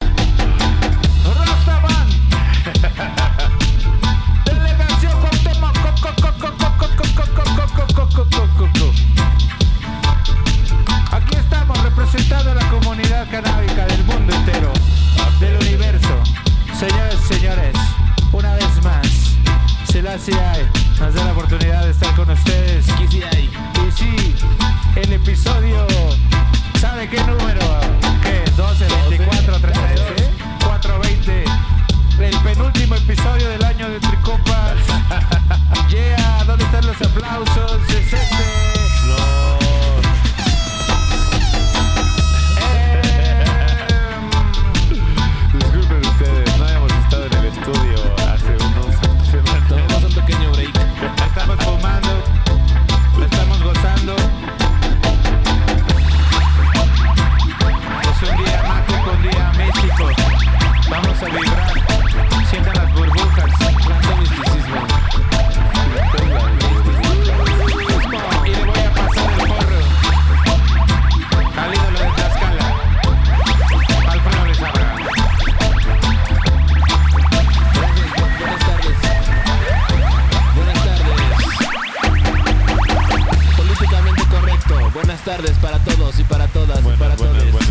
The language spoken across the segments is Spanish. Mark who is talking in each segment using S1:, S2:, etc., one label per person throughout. S1: este, em, Vamos a vibrar. Sientan las burbujas. Tanto misticismo. Misticismo. Y le voy a pasar el porro. Al ídolo de Tlaxcala. Alfredo Lizarra.
S2: Buenas tardes. Buenas tardes. Políticamente correcto. Buenas tardes para todos y para todas y para
S3: Buenas, buenas,
S2: todos.
S3: buenas.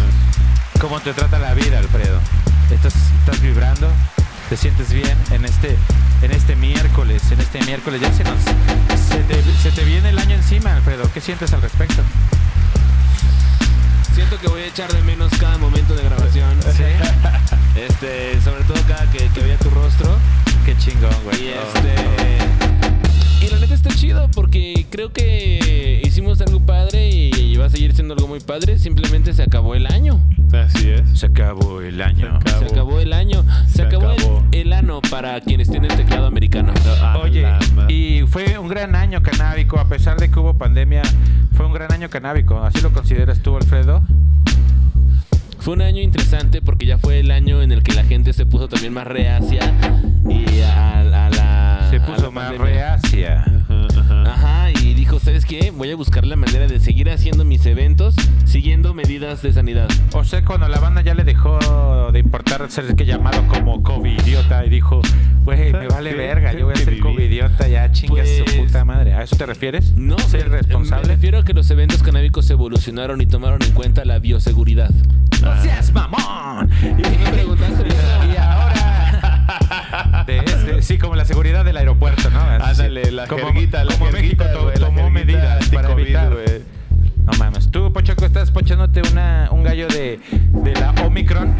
S1: ¿Cómo te trata la vida, Alfredo? ¿Estás, estás vibrando? ¿Te sientes bien en este, en este miércoles? En este miércoles ya se nos... Se te, se te viene el año encima, Alfredo. ¿Qué sientes al respecto?
S2: Siento que voy a echar de menos cada momento de grabación. Este, sobre todo cada que, que vea tu rostro.
S1: Qué chingón, güey.
S2: Y
S1: Oh.
S2: este. Y la neta está chido porque creo que hicimos algo padre y va a seguir siendo algo muy padre. Simplemente se acabó el año.
S3: Así es.
S1: Se acabó el año.
S3: Se
S2: Se
S3: Acabó.
S2: acabó el año. Se,
S3: Se
S2: acabó, el-
S3: acabó.
S2: El, ano para quienes tienen teclado americano.
S3: A
S1: Oye,
S3: la ma-
S1: y fue un gran año canábico, a pesar de que hubo pandemia, fue un gran año canábico. ¿Así lo consideras tú, Alfredo?
S2: Fue un año interesante porque ya fue el año en el que la gente se puso también más reacia y a, a la.
S1: Se
S2: a Ah, la
S1: puso más
S2: pandemia.
S1: reacia.
S3: Ajá, ajá.
S2: Ajá, y dijo, ¿sabes qué? Voy a buscar la manera de seguir haciendo mis eventos siguiendo medidas de sanidad.
S1: O sea, cuando la banda ya le dejó de importar ser que llamado como covidiota y dijo, güey, me vale
S3: Sí,
S1: verga, yo voy a
S3: que
S1: ser
S3: viví".
S1: covidiota, ya chinga su
S2: Pues-
S1: puta madre. ¿A eso te refieres?
S2: No,
S1: ser
S2: me- Me
S1: responsable.
S2: refiero a que los eventos canábicos evolucionaron y tomaron en cuenta la bioseguridad.
S1: ¡No seas mamón!
S2: me preguntaste,
S1: y ahora. de este- sí, como la seguridad del aeropuerto, ¿no? Así,
S3: Ándale, la
S1: como-
S3: jerguita, la
S1: como
S3: jerguita,
S1: México to-
S3: güey, la
S1: tomó
S3: jerguita
S1: medidas para
S3: anticovid,
S1: evitar.
S3: güey.
S1: No mames. Tú, Pochoco, estás pochándote una, un gallo de, de la Omicron.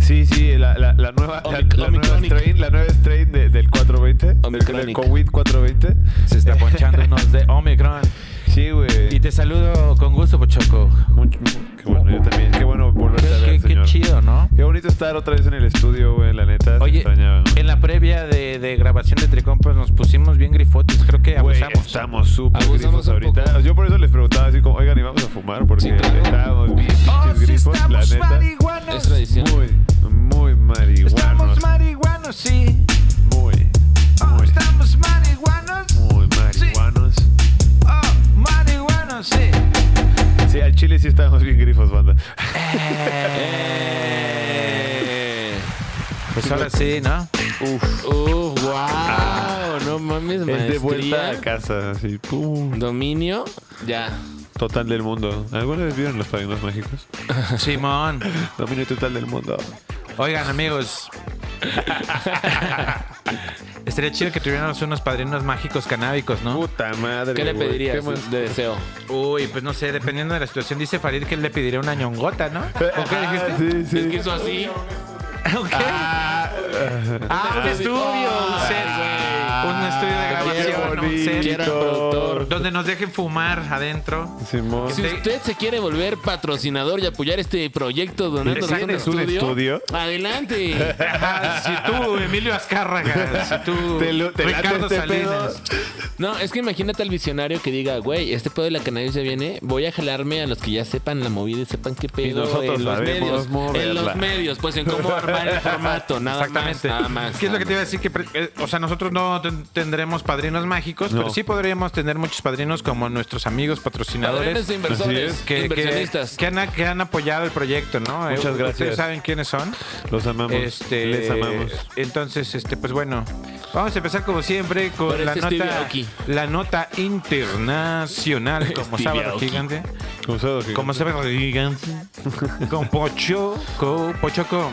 S3: Sí, sí, la, la, la nueva, la,
S2: Omic-
S3: la nueva
S2: Omicronic.
S3: strain, la nueva strain de- del 420, del- del
S2: Omicronic.
S3: COVID 420.
S1: Se está ponchando unos de Omicron.
S3: Sí, güey.
S1: Y te saludo con gusto, Pochoco.
S3: Mucho- mu- Qué bueno, yo también. Qué bueno volverte a ver,
S1: Qué, qué
S3: señor.
S1: chido, ¿no?
S3: Qué bonito estar otra vez en el estudio, güey, la neta. te
S1: Oye,
S3: extrañaba, güey.
S1: en la previa de, de grabación de Tricompas nos pusimos bien grifotes. Creo que
S3: Güey,
S1: abusamos.
S3: estamos súper
S2: Abusamos
S3: grifos
S2: un poco.
S3: ahorita. Yo por eso les preguntaba así como, oigan, ¿y vamos a fumar? Porque
S2: Sí, claro.
S3: estábamos bien pinches
S1: ¡Oh, sí
S3: grifos, la
S1: estamos
S3: neta.
S1: marihuanos!
S2: Es tradición.
S3: Muy, muy marihuanos.
S1: Estamos marihuanos, sí.
S3: Muy,
S1: Oh,
S3: muy,
S1: estamos marihuanos.
S3: muy marihuanos.
S1: Oh, marihuanos, sí.
S3: Sí, al chile sí estábamos bien grifos, banda.
S2: Eh.
S1: Pues ahora sí, ¿no?
S3: Uf,
S2: Uf, wow, no mames,
S3: es de vuelta a
S2: maestría.
S3: casa, así, pum,
S2: Dominio, ya.
S3: total del mundo. ¿Alguna vez vieron los padrinos mágicos?
S1: Simón.
S3: Dominio total del mundo.
S1: Oigan, amigos. Estaría chido que tuviéramos unos padrinos mágicos canábicos, ¿no?
S3: Puta madre.
S2: ¿Qué le
S3: güey.
S2: pedirías
S3: ¿Qué más?
S2: de deseo?
S1: Uy, pues no sé, dependiendo de la situación, dice Farid que él le pediría una ñongota, ¿no? ¿O qué
S3: Ah,
S1: dijiste?
S3: sí, sí.
S2: Es que hizo así.
S1: ¿O qué? Ah, un estudio, un set,
S3: Ah,
S1: güey. Un estudio de grabación, un
S3: qué
S1: set.
S2: Quiero al productor.
S1: Donde nos dejen fumar adentro.
S3: Simón.
S2: Si usted se quiere volver patrocinador y apoyar este proyecto donando un
S3: ¿Tienes un
S2: estudio,
S3: estudio?
S2: adelante.
S1: Ajá, si tú, Emilio Azcárraga, si tú,
S3: Te lo- te late
S1: Ricardo
S3: este
S1: Salinas.
S2: No, es que imagínate al visionario que diga, güey, este pedo de la cannabis se viene, voy a jalarme a los que ya sepan la movida y sepan qué pedo
S3: nosotros
S2: en los
S3: sabemos
S2: medios.
S3: moverla.
S2: En los medios, pues en cómo armar el formato, nada más,
S1: Exactamente.
S2: nada más.
S1: ¿Qué es lo que te iba
S2: nada
S1: a decir? Que, pre- eh, o sea, nosotros no ten- tendremos padrinos mágicos,
S3: No.
S1: pero sí podríamos tener muchos padrinos como nuestros amigos
S2: más. Padrinos
S1: patrocinadores.
S2: de
S3: Así
S2: inversores,
S3: es.
S1: Que, que-
S2: inversionistas. Eh,
S1: que han, que han apoyado el proyecto, ¿no?
S3: Muchas
S1: Eh,
S3: gracias.
S1: Ustedes saben quiénes son.
S3: Los amamos.
S1: Este,
S3: Les amamos.
S1: Entonces, este, pues bueno, vamos a empezar como siempre con
S2: Por
S1: la
S2: este Stevie
S1: nota,
S2: Aoki.
S1: la nota internacional como
S2: Stevie
S1: sábado
S2: Aoki.
S1: gigante,
S3: Como sábado gigante.
S1: como sábado gigante, con Pochoco, Pochoco.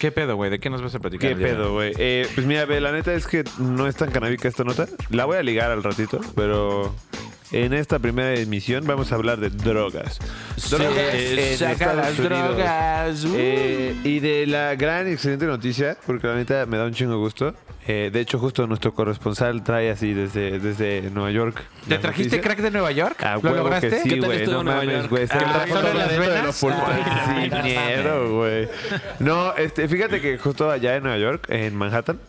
S1: ¿Qué pedo, güey? ¿De qué nos vas a platicar?
S3: ¿Qué
S1: el día de
S3: pedo,
S1: hoy?
S3: güey? Eh, pues mira, ve, la neta es que no es tan canábica esta nota. La voy a ligar al ratito, pero en esta primera emisión vamos a hablar de drogas. Drogas en
S1: saca
S3: Estados
S1: las
S3: Unidos.
S1: drogas. uh.
S3: Eh, y de la gran y excelente noticia, porque la neta me da un chingo gusto. Eh, de hecho, justo nuestro corresponsal trae así desde, desde Nueva York.
S1: ¿Te
S3: la
S1: trajiste
S3: noticia.
S1: crack de Nueva York?
S3: Ah,
S1: ¿Lo
S3: huevo
S1: lograste?
S3: Que sí,
S2: ¿Qué tal
S3: güey,
S2: estuvo
S3: no
S2: Nueva
S3: mames,
S2: York?
S3: güey. Se
S1: Ah,
S3: me
S1: ¿solo
S3: pasó
S1: las
S3: dentro de
S1: venas?
S3: los pulmones.
S1: Ah,
S3: Sí,
S1: no
S3: ñero, güey. No, este, fíjate que justo allá en Nueva York, en Manhattan,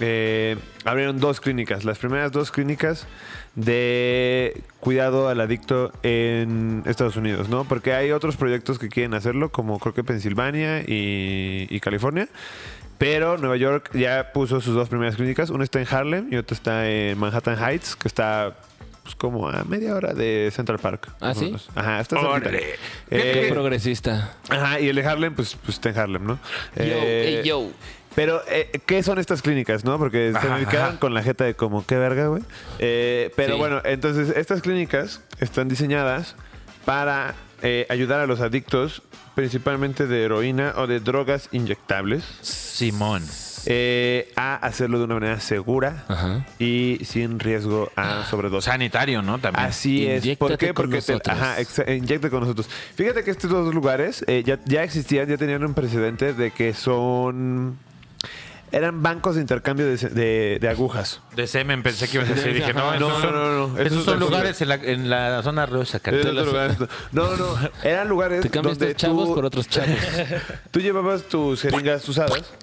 S3: eh, abrieron dos clínicas. Las primeras dos clínicas de cuidado al adicto en Estados Unidos, ¿no? Porque hay otros proyectos que quieren hacerlo, como creo que Pensilvania y, y California. Pero Nueva York ya puso sus dos primeras clínicas. Una está en Harlem y otra está en Manhattan Heights, que está pues, como a media hora de Central Park.
S2: ¿Ah, sí?
S3: Ajá, está cerquita.
S4: Órale.
S2: Qué
S3: Eh,
S2: progresista.
S3: Ajá, y el de Harlem, pues, pues está en Harlem, ¿no?
S2: Yo,
S3: Eh,
S2: ey, yo.
S3: Pero, eh, ¿qué son estas clínicas, no? Porque se
S4: Ajá,
S3: me quedaron
S4: ajá.
S3: con la jeta de como, qué verga, güey. Eh, pero
S2: Sí.
S3: bueno, entonces, estas clínicas están diseñadas para eh, ayudar a los adictos, principalmente de heroína o de drogas inyectables,
S1: Simón.
S3: eh, a hacerlo de una manera segura
S2: Ajá.
S3: y sin riesgo
S2: Ah,
S3: a sobredosis.
S1: Sanitario, ¿no? También.
S3: Así es. ¿Por
S2: Inyéctate
S3: qué?
S2: con
S3: Porque te,
S2: nosotros.
S3: ajá, exa- inyecta con nosotros. Fíjate que estos dos lugares eh, ya, ya existían, ya tenían un precedente de que son... Eran bancos de intercambio de, se- de- de agujas.
S1: De semen pensé que ibas a decir. Dije, no,
S3: Ajá.
S1: esos
S3: No,
S1: son,
S3: no, no, no.
S1: esos
S3: Esos
S1: son
S3: son-
S1: lugares en la, en la zona rosa. carnal.
S3: Eran lugares- no, no, eran lugares
S2: Te cambias
S3: donde
S2: de chavos
S3: tú,
S2: por otros chavos.
S3: tú llevabas tus jeringas usadas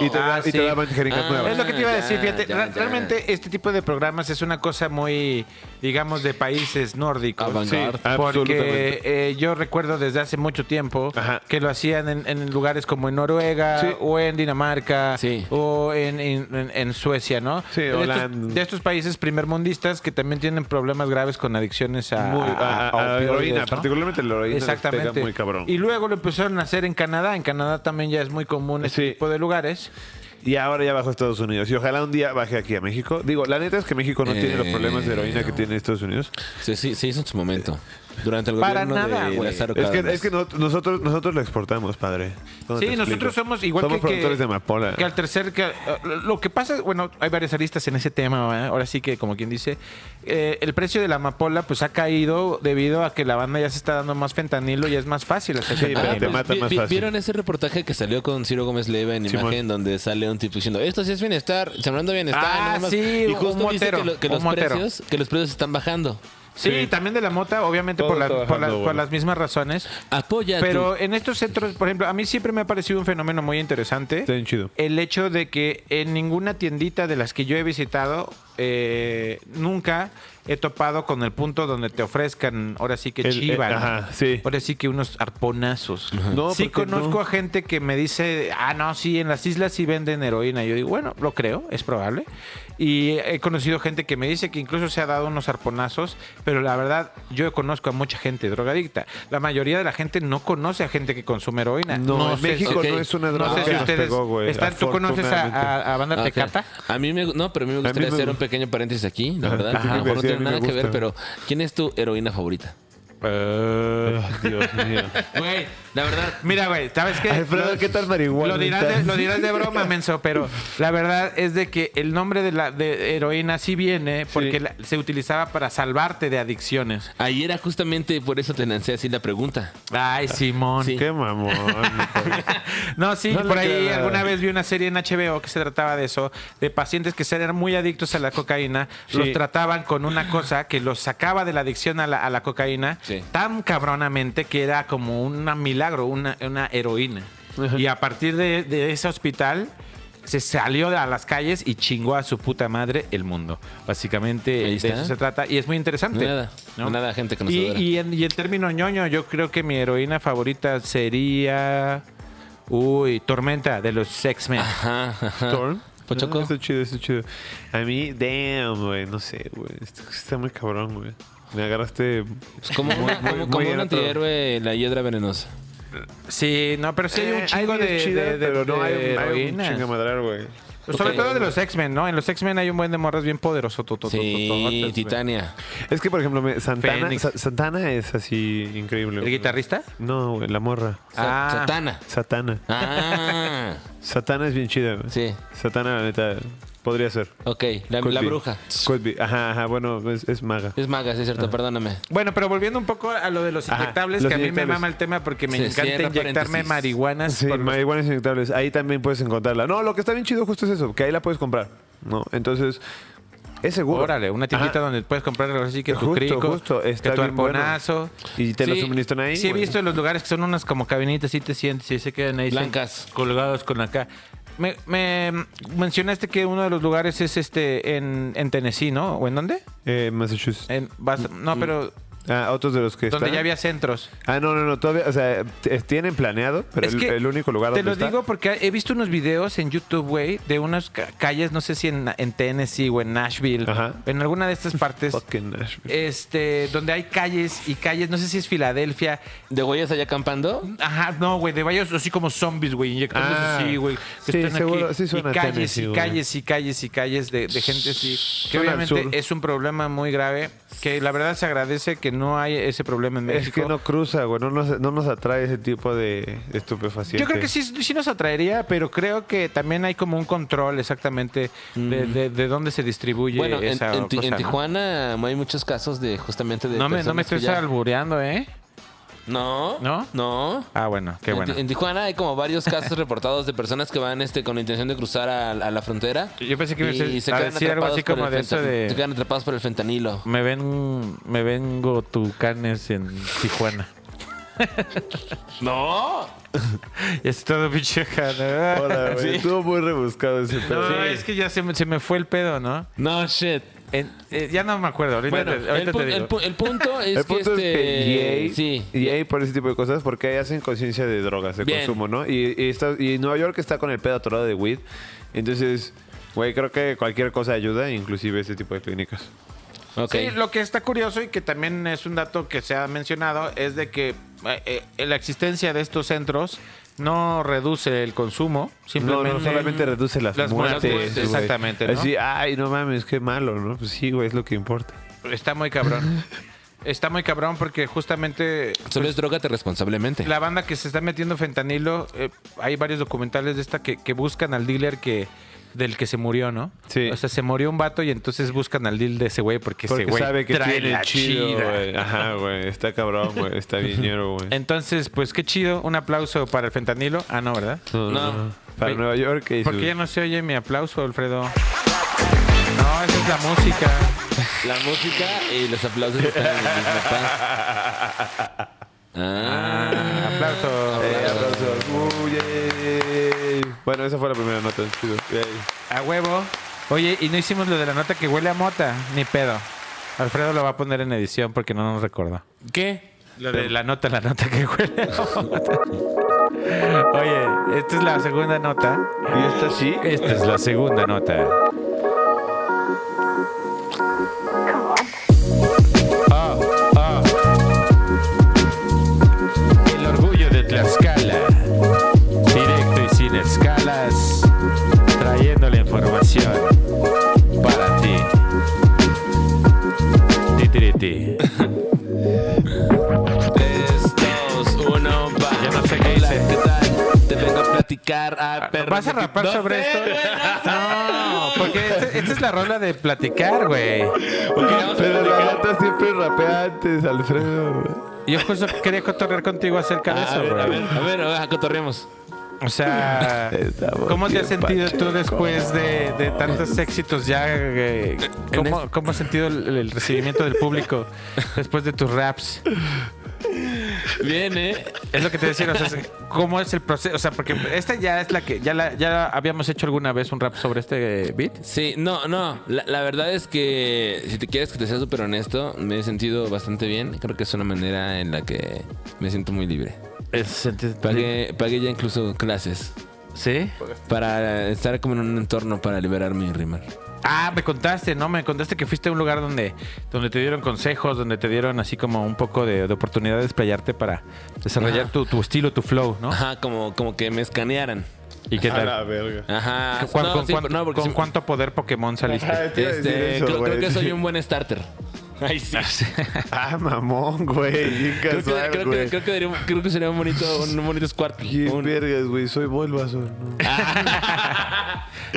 S3: y, te,
S1: ah,
S3: da- y te
S1: sí.
S3: daban jeringas
S2: Ah,
S1: Es
S3: nuevas.
S1: lo que te iba a decir,
S2: ya,
S1: fíjate,
S2: ya,
S1: ra-
S2: ya.
S1: realmente este tipo de programas es una cosa muy, digamos, de países nórdicos.
S2: Avant-
S1: Porque
S3: absolutamente.
S1: eh, yo recuerdo desde hace mucho tiempo
S3: Ajá.
S1: que lo hacían en, en lugares como en Noruega
S3: Sí.
S1: o en Dinamarca
S2: Sí.
S1: o en, en- en- en Suecia, ¿no?
S3: Sí,
S1: de, estos,
S3: Holanda.
S1: de estos países primermundistas que también tienen problemas graves con adicciones a,
S3: Muy-
S1: a- a
S3: a- a ah, heroína,
S1: ah, opioides, ¿no?
S3: particularmente la heroína. les pega
S1: Exactamente.
S3: muy cabrón.
S1: Y luego lo empezaron a hacer en Canadá. En Canadá también ya es muy común este
S3: Sí.
S1: tipo de lugares.
S3: Y ahora ya bajo a Estados Unidos. Y ojalá un día baje aquí a México. Digo, la neta es que México no tiene los
S2: Eh,
S3: problemas de heroína que tiene Estados Unidos.
S2: Sí, sí, se hizo en su momento. Durante el
S1: Para
S2: gobierno
S1: nada,
S2: de
S1: güey.
S2: Lázaro
S3: Es que,
S2: Cárdenas.
S3: es que no- nosotros, nosotros lo exportamos, padre. ¿Cómo
S1: Sí,
S3: te
S1: nosotros
S3: explico?
S1: somos igual que- que-
S3: productores de amapola.
S1: Que al tercer. que- eh, lo que pasa, bueno, hay varias aristas en ese tema. ¿verdad? Ahora sí que, como quien dice, eh, el precio de la amapola pues ha caído debido a que la banda ya se está dando más fentanilo y es más fácil hacer
S3: Sí,
S1: fentanilo.
S3: pero te mata
S2: vi-
S3: más
S2: vi-
S3: fácil.
S2: ¿Vieron ese reportaje que salió con Ciro Gómez Leiva en
S3: Simón.
S2: imagen donde sale un tipo diciendo esto sí es bienestar, sembrando bienestar?
S1: Ah,
S2: nada más"?
S1: sí,
S2: y
S1: un
S2: justo dice
S1: motero,
S2: que, lo- que
S1: un
S2: los
S1: motero.
S2: precios, que los precios están bajando.
S1: Sí,
S3: Sí.
S1: también de la mota, obviamente
S3: Todo
S1: por, las-
S3: está
S1: por, las-
S3: bajando,
S1: por
S3: bueno.
S1: las mismas razones.
S2: Apoya
S1: Pero
S2: tu-
S1: en estos centros, por ejemplo, a mí siempre me ha parecido un fenómeno muy interesante.
S3: Está bien chido.
S1: El hecho de que en ninguna tiendita de las que yo he visitado, eh, nunca he topado con el punto donde te ofrezcan, ahora sí que
S3: El-
S1: chiva.
S3: el-
S1: ¿no?
S3: ajá, sí.
S1: Ahora sí que unos arponazos.
S3: No,
S1: sí
S3: porque
S1: conozco
S3: no.
S1: a gente que me dice, ah, no, sí, en las islas sí venden heroína. Yo digo, bueno, lo creo, es probable. Y he conocido gente que me dice que incluso se ha dado unos arponazos, pero la verdad, yo conozco a mucha gente drogadicta. La mayoría de la gente no conoce a gente que consume heroína.
S3: No, en
S1: sé
S3: México
S1: si-
S2: ok.
S3: no es una
S1: no
S3: droga
S1: sé
S3: que
S1: si
S3: nos
S1: ustedes
S3: pegó, güey,
S1: están, ¿Tú conoces a, a- a Banda
S2: Ah, ok.
S1: Tecata?
S2: A mí me, no, pero a mí me gustaría
S3: mí me
S2: hacer
S3: gu-
S2: un pequeño paréntesis aquí, la
S3: Ajá.
S2: verdad.
S3: Ajá.
S2: a lo mejor no
S3: Sí, a
S2: tiene
S3: mí me
S2: nada que ver,
S3: gusta.
S2: pero ¿quién es tu heroína favorita?
S3: Ah, Dios mío.
S1: Güey, la verdad. Mira, güey, ¿sabes qué?
S3: Alfredo,
S1: Lo-
S3: ¿qué tal marihuana?
S1: Lo dirás, de, lo dirás de broma, menso, pero la verdad es de que el nombre de la de heroína sí viene porque la- se utilizaba para salvarte de adicciones.
S2: Ahí era justamente por eso te lancé así la pregunta.
S1: Ay, Simón.
S2: Sí.
S3: Qué mamón.
S2: Ah,
S1: No, sí,
S3: No le
S1: por
S3: queda
S1: ahí
S3: nada.
S1: alguna vez vi una serie en HBO que se trataba de eso, de pacientes que eran muy adictos a la cocaína, los trataban con una cosa que los sacaba de la adicción a la, a la cocaína
S2: Sí.
S1: tan cabronamente que era como un milagro, una, una heroína. Y a partir de, de ese hospital se salió a las calles y chingó a su puta madre el mundo. Básicamente
S2: Ahí
S1: de
S2: está.
S1: eso se trata y es muy interesante.
S2: Nada,
S1: ¿no?
S2: nada, gente
S1: Y,
S2: conocedora.
S1: y, en- y el término ñoño, yo creo que mi heroína favorita sería. Uy, Tormenta de los X-Men.
S2: Ajá, ajá.
S3: Storm.
S2: Pochoco.
S3: Ah, está chido, está chido. A mí, damn, güey. No sé, güey. Está, está muy cabrón, güey. Me agarraste.
S2: Pues como
S3: muy-
S2: una-
S3: muy-
S2: como-
S3: muy
S2: como
S3: en
S2: un
S3: otro-
S2: antihéroe, la hiedra venenosa.
S1: Sí, no, pero sí hay
S3: Eh,
S1: un chingo
S3: ideas
S1: de,
S3: chidas,
S1: de- de-
S3: pero
S1: de
S3: no hay, hay un
S1: heroínas.
S3: chingamadral, güey.
S1: Sobre
S2: Ok.
S1: todo de los X-Men, ¿no? En los X-Men hay un buen de morras bien poderoso.
S2: Sí, Titania.
S3: Es que, por ejemplo, me- Santana,
S1: Fénix.
S3: Sa- Santana es así increíble.
S1: ¿El
S3: güey.
S1: guitarrista?
S3: No, güey, la morra.
S2: Sa-
S1: Ah.
S2: Satana.
S3: Satana.
S2: Ah,
S3: Satana es bien chida, güey.
S2: sí.
S3: Satana, la neta, podría ser.
S2: Ok, la,
S3: Could
S2: la
S3: be.
S2: bruja.
S3: Could be. Ajá, ajá, bueno, es, es maga.
S2: Es maga, sí es
S1: Ah.
S2: cierto, perdóname.
S1: Bueno, pero volviendo un poco a lo de los
S3: Ajá,
S1: inyectables,
S3: los
S1: que a mí me
S3: inyectables.
S1: mama el tema porque me
S2: Se
S1: encanta
S2: cierra
S1: inyectarme
S2: paréntesis.
S1: marihuanas.
S3: Sí,
S1: por los-
S3: marihuanas inyectables. Ahí también puedes encontrarla. No, lo que está bien chido justo es eso, que ahí la puedes comprar. No, entonces es seguro.
S1: Órale, una tiendita
S3: Ajá.
S1: donde puedes comprar así que tu
S3: Justo,
S1: crico,
S3: justo, está
S1: que tu
S3: bien bueno.
S1: arponazo.
S3: Y te lo
S2: Sí,
S3: suministran ahí.
S1: Sí, he
S3: güey.
S1: visto en los lugares que son unas como cabinitas, sí te sientes y se quedan ahí.
S2: Blancas.
S1: sen- Colgados con acá. me, me mencionaste que uno de los lugares es este en, en Tennessee, ¿no? ¿O en dónde?
S3: Eh, Massachusetts.
S1: En, vas- no, pero
S3: Ah, otros de los que
S1: donde
S3: están.
S1: ya había centros.
S3: Ah, no, no, no, todavía, o sea, t- tienen planeado, pero
S1: Es
S3: el,
S1: que
S3: el único lugar
S1: Te
S3: donde
S1: lo
S3: está-
S1: digo porque he visto unos videos en YouTube, güey, de unas ca- calles, no sé si en, en Tennessee o en Nashville,
S3: Ajá.
S1: en alguna de estas partes,
S3: Fucking Nashville.
S1: este, donde hay calles y calles, no sé si es Filadelfia.
S2: ¿De güeyes allá acampando?
S1: Ajá, no, güey, de varios así como zombies, güey, inyectándose
S3: Ah,
S1: así, güey. que
S3: sí,
S1: están
S3: seguro,
S1: aquí,
S3: sí suena
S1: y calles,
S3: Tennessee,
S1: y
S3: güey.
S1: calles, y calles, y calles de, de gente así. Que
S3: Suena
S1: obviamente
S3: absurdo.
S1: es un problema muy grave, que la verdad se agradece que no hay ese problema en
S3: Es
S1: México.
S3: que no cruza, güey, no nos, no nos atrae ese tipo de estupefacientes.
S1: Yo creo que sí, sí nos atraería, pero creo que también hay como un control exactamente de, de- de dónde se distribuye
S2: Bueno, en,
S1: esa
S2: en Ti-
S1: cosa,
S2: en
S1: ¿no?
S2: Tijuana hay muchos casos de justamente de.
S1: No me, no me
S2: personas que
S1: estoy
S2: ya-
S1: albureando, ¿eh?
S2: No.
S1: ¿No?
S2: No.
S1: Ah, bueno, qué
S2: En
S1: bueno.
S2: Ti- En, Tijuana hay como varios casos reportados de personas que van este con la intención de cruzar a, a la frontera.
S1: Yo pensé que ibas a
S2: y se
S1: a
S2: quedan
S1: decir algo
S2: atrapados
S1: así
S2: por
S1: como
S2: el
S1: de eso
S2: fenta-
S1: de-
S2: Se quedan atrapados por el fentanilo.
S1: Me ven, me vengo tucanes en Tijuana.
S2: ¡No!
S1: Es todo pinche jana.
S3: Hola, güey, Estuvo muy rebuscado ese pedo.
S1: No, es que ya se me, se me fue el pedo, ¿no?
S2: No, shit.
S1: En- eh, ya no me acuerdo, ahorita,
S2: Bueno,
S1: te, ahorita
S2: el, pu-
S1: te digo.
S2: el pu- el punto es
S3: el
S2: que
S3: punto
S2: este.
S3: es que
S2: sí.
S3: EA, EA por ese tipo de cosas, porque ahí hacen conciencia de drogas, de
S2: Bien.
S3: consumo, ¿no? Y, y está- y Nueva York está con el pedo atorado de weed. Entonces, güey, creo que cualquier cosa ayuda, inclusive ese tipo de clínicas.
S2: Ok.
S1: Sí, lo que está curioso y que también es un dato que se ha mencionado es de que eh, eh, la existencia de estos centros no reduce el consumo,
S3: No,
S1: simplemente
S3: no, solamente reduce las,
S1: las muertes,
S3: muertes. güey.
S1: exactamente, ¿no?
S3: Así, ay, no mames, qué malo, ¿no? Pues sí, güey, es lo que importa.
S1: está muy cabrón. Está muy cabrón porque justamente
S2: Solo es drogate responsablemente.
S1: la banda que se está metiendo fentanilo, eh, hay varios documentales de esta que, que buscan al dealer que del que se murió, ¿no?
S3: Sí.
S1: O sea, se murió un vato y entonces buscan al deal de ese güey porque,
S3: Porque
S1: ese güey
S3: sabe que
S1: trae
S3: tiene
S1: la
S3: chido,
S1: chida.
S3: güey. Ajá, güey, está cabrón, güey, está dinero, güey.
S1: Entonces, pues qué chido. Un aplauso para el fentanilo. Ah, no, ¿verdad?
S3: No, no,
S2: No.
S3: no. Para
S1: Ve-
S3: Nueva York y
S1: Porque ya no se oye mi aplauso, Alfredo. No, esa es la música.
S2: La música y los aplausos están en el mismo pan. Ah.
S1: Aplauso.
S3: Eh, aplausos. Uy, eh. Bueno, esa fue la primera nota. chido. Yay.
S1: A huevo. Oye, y no hicimos lo de la nota que huele a mota. Ni pedo. Alfredo lo va a poner en edición porque no nos recordó.
S2: ¿Qué?
S1: Lo de la nota, la nota que huele a mota. Oye, esta es la segunda nota.
S3: ¿Y esta sí?
S1: Esta es la segunda nota. Ah, ah. El orgullo de Tlaxcala. Directo y sin escalas. Trayendo la información para ti. Ti, ti, ti, ti.
S2: Tres, dos, uno, va.
S1: Ya no sé qué
S2: Hola,
S1: hice.
S2: ¿qué tal? Te vengo a platicar a perro.
S1: ¿Vas a
S2: de-
S1: rapar
S2: No
S1: sobre
S2: sé,
S1: esto?
S2: güey,
S1: No, porque este- esta es la rola de platicar, güey.
S2: Porque vamos a
S3: Pero la
S2: platicar.
S3: nota siempre rapea antes, Alfredo.
S1: Yo justo quería cotorrear contigo acerca de
S2: Ah,
S1: eso,
S2: a, ver,
S1: bro.
S2: a ver, a ver, a ver, cotorremos.
S1: O sea,
S3: Estamos
S1: ¿cómo te
S3: bien
S1: has sentido tú
S3: pachecos.
S1: después de, de tantos éxitos ya? eh, ¿Cómo, cómo has sentido el, el recibimiento del público después de tus raps?
S2: Bien, ¿eh?
S1: Es lo que te decía, o sea, es- ¿cómo es el proceso? O sea, porque esta ya es la que ya la, ya habíamos hecho alguna vez un rap sobre este beat.
S2: Sí, no, no. La, la verdad es que, si te quieres que te sea súper honesto, me he sentido bastante bien. Creo que es una manera en la que me siento muy libre. Pagué, pagué ya incluso clases
S1: ¿Sí?
S2: para estar como en un entorno para liberarme y rimar.
S1: Ah, me contaste, ¿no? Me contaste que fuiste a un lugar donde, donde te dieron consejos, donde te dieron así como un poco de, de oportunidad de desplayarte para desarrollar
S2: Ajá.
S1: tu, tu estilo, tu flow, ¿no?
S2: Ajá, como, como que me escanearan.
S1: ¿Y qué
S3: A
S1: tal?
S3: la verga.
S2: Ajá.
S1: ¿Cuán-
S2: Ah, no,
S1: con,
S2: sí,
S1: cuánto,
S2: no, porque
S1: con
S2: sí-
S1: cuánto poder Pokémon saliste?
S3: Ajá, te iba a
S2: este,
S3: decir eso,
S2: creo, creo
S3: güey.
S2: que soy un buen starter. Ay, sí.
S3: Ah, mamón, güey. Bien
S2: Creo que,
S3: casual,
S2: creo,
S3: güey.
S2: que, creo que debería- creo que sería un bonito, un bonito squad.
S3: Bien
S2: Un-
S3: vergas, güey. Soy Bulbasaur. ¿no?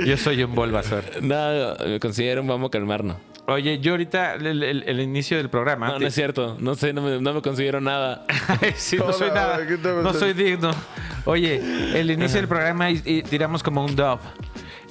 S1: Yo soy un Bulbasaur.
S2: no, me considero un vamos a calmarnos.
S1: Oye, yo ahorita, el, el- el inicio del programa.
S2: No,
S1: te-
S2: no es cierto. No sé, no me, no me considero nada.
S1: Ay, sí, no
S3: Hola,
S1: soy nada.
S3: ¿qué te pasa?
S1: No soy digno. Oye, el inicio del programa y, y tiramos como un dub.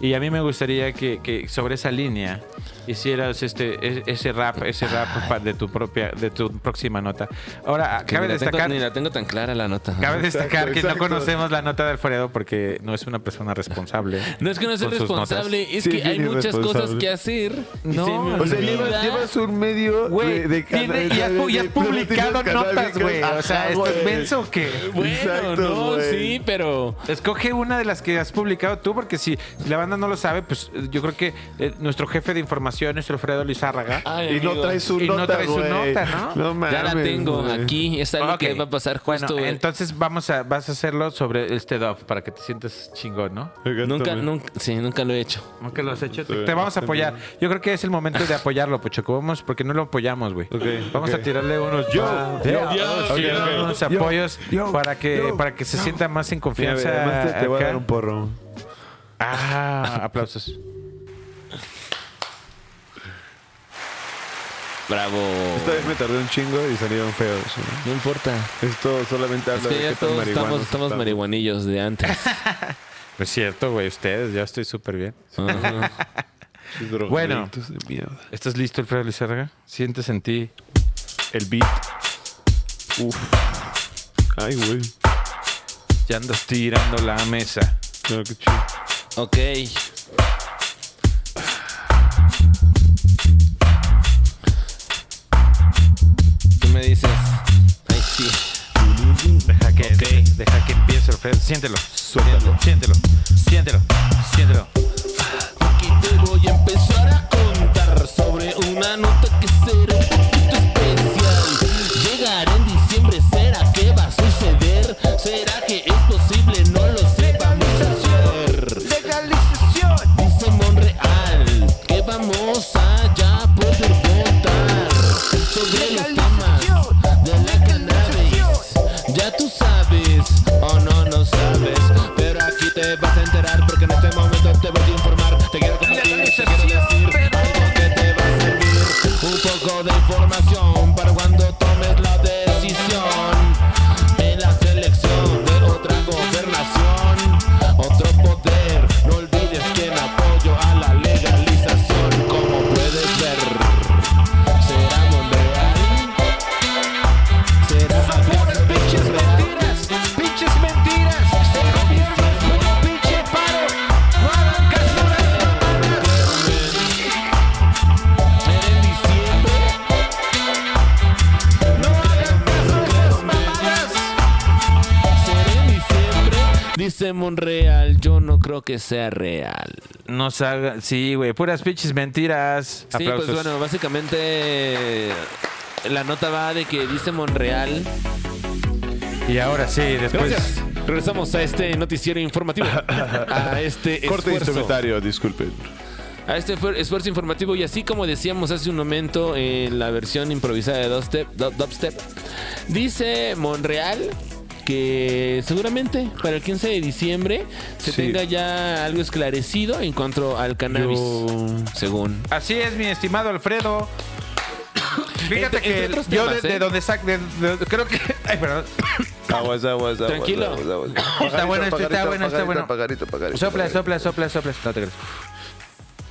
S1: Y a mí me gustaría que, que sobre esa línea hicieras este e- ese rap, ese rap pa- de tu propia, de tu próxima nota. Ahora,
S5: Que
S1: cabe
S5: ni la tengo-
S1: destacar.
S5: ni la tengo tan clara la nota.
S1: Cabe destacar que
S3: exacto.
S1: no conocemos la nota de Alfredo porque no es una persona responsable.
S5: No es que no sea
S1: con sus notas.
S5: responsable, es
S3: Sí,
S5: que
S3: es
S5: hay
S3: bien
S5: muchas cosas
S3: irresponsable.
S5: que hacer.
S1: No,
S5: Y se me
S1: o
S3: O sea,
S5: olvida.
S3: llevas, llevas un medio
S1: Güey,
S3: de, de
S1: tiene-
S3: de-
S1: y has, pu- y has
S3: de-
S1: publicado
S3: de-
S1: notas, güey. O sea,
S3: Ajá,
S1: ¿esto es
S3: güey.
S1: menso o qué?
S5: Bueno,
S3: Exacto,
S5: no,
S3: güey.
S5: sí, pero.
S1: Escoge una de las que has publicado tú, porque si la banda no lo sabe, pues eh, yo creo que eh, nuestro jefe de información es Alfredo Lizárraga.
S5: Ay,
S3: Y no
S5: amigo,
S3: traes su
S1: Y no
S3: nota,
S1: traes su
S3: güey.
S1: nota, ¿no?
S3: mames,
S5: Ya la tengo
S3: güey.
S5: aquí. Es algo
S1: Ah, Ok.
S5: que va a pasar
S1: Bueno,
S5: justo. güey.
S1: entonces vamos a, vas a hacerlo sobre este DOF para que te sientas chingón, ¿no?
S5: nunca, nunca, sí, nunca lo he hecho.
S1: Aunque lo has hecho,
S3: Sí,
S1: te, te vamos a apoyar. Yo creo que es el momento de apoyarlo, Pochoco. Vamos, porque no lo apoyamos, güey.
S3: Ok,
S1: vamos
S3: ok.
S1: a tirarle unos yo,
S3: Ah,
S1: yo,
S3: yo,
S1: yo,
S3: ok,
S1: yo,
S3: ok.
S1: unos
S3: Yo,
S1: apoyos
S3: yo,
S1: para que
S3: yo,
S1: para que se sienta más en
S3: Mira,
S1: confianza.
S3: güey, además te, te voy a
S1: acá.
S3: dar un porro.
S1: Ah, aplausos.
S5: Bravo.
S3: Esta vez me tardé un chingo y salieron feos. ¿no?
S5: No importa.
S3: Esto solamente
S5: Es
S3: habla
S5: que
S3: de
S5: ya
S3: qué tan
S5: todos estamos,
S3: marihuanos
S5: estamos
S3: estamos.
S5: marihuanillos de antes.
S1: Es pues cierto, güey, ustedes, yo estoy súper bien.
S5: Ajá.
S1: Bueno.
S3: Drogadictos de mierda.
S1: ¿Estás listo, Alfredo Lizarga? Sientes en ti.
S3: El beat. Uf. Ay, güey.
S1: Ya andas tirando la mesa.
S3: No, qué chido.
S5: Ok. ¿Qué me dices? Ay, sí.
S1: Deja que, deja que empiece, Alfredo. Siéntelo. Siéntelo. Siéntelo. Siéntelo. Siéntelo.
S5: Aquí te voy a empezar a contar sobre una nota que será un poquito especial. Llegará en diciembre, ¿será que va a suceder? ¿Será que es posible? No lo sé, vamos a hacer.
S1: Legalización.
S5: Dice Monreal que vamos a ya poder votar sobre los temas de la cannabis. Ya tú sabes o no no sabes, pero aquí te vas a enterar porque en este momento te voy a informar. Te quiero compartir, te quiero decir algo que te va a servir. Un poco de información para cuando tomes la decisión en la selección de otra gobernación, otro poder. No olvides que en apoyo a la legalización, como puedes ver, será Monreal, será
S1: Puras
S5: acaso
S1: pinches
S5: Monreal?
S1: mentiras. Pinches mentiras. Se gobierno es puro pinche paro. No hagan caso a las mamadas.
S5: Será en diciembre,
S1: No hagan caso a esas mamadas.
S5: será en diciembre. Dice Monreal, yo no creo que sea real.
S1: No se hagan. Sí, güey. Puras pinches mentiras.
S5: Sí, pues bueno, básicamente la nota va de que dice Monreal.
S1: Y ahora sí, después.
S5: Gracias. Regresamos a este noticiero informativo. A este
S3: Corte
S5: esfuerzo.
S3: instrumentario, disculpen.
S5: A este esfuer- esfuerzo informativo. Y así como decíamos hace un momento en la versión improvisada de Dubstep, Du- Dubstep, dice Monreal que seguramente para el 15 de diciembre se
S3: Sí.
S5: tenga ya algo esclarecido en cuanto al cannabis. Según.
S1: Así es, mi estimado Alfredo. Fíjate
S5: Entre-
S1: que
S5: entre otros
S1: yo
S5: temas,
S1: de, de
S5: ¿eh?
S1: donde sac, de- de- creo que. Ay, perdón.
S3: Aguas, aguas, aguas.
S5: Tranquilo.
S3: aguas, aguas.
S1: Está bueno, esto está
S3: Pajarito,
S1: bueno, está
S3: pajarito,
S1: bueno.
S3: Pajarito, pajarito.
S1: Sopla,
S3: pajarito.
S1: sopla, sopla, sopla. No te creas.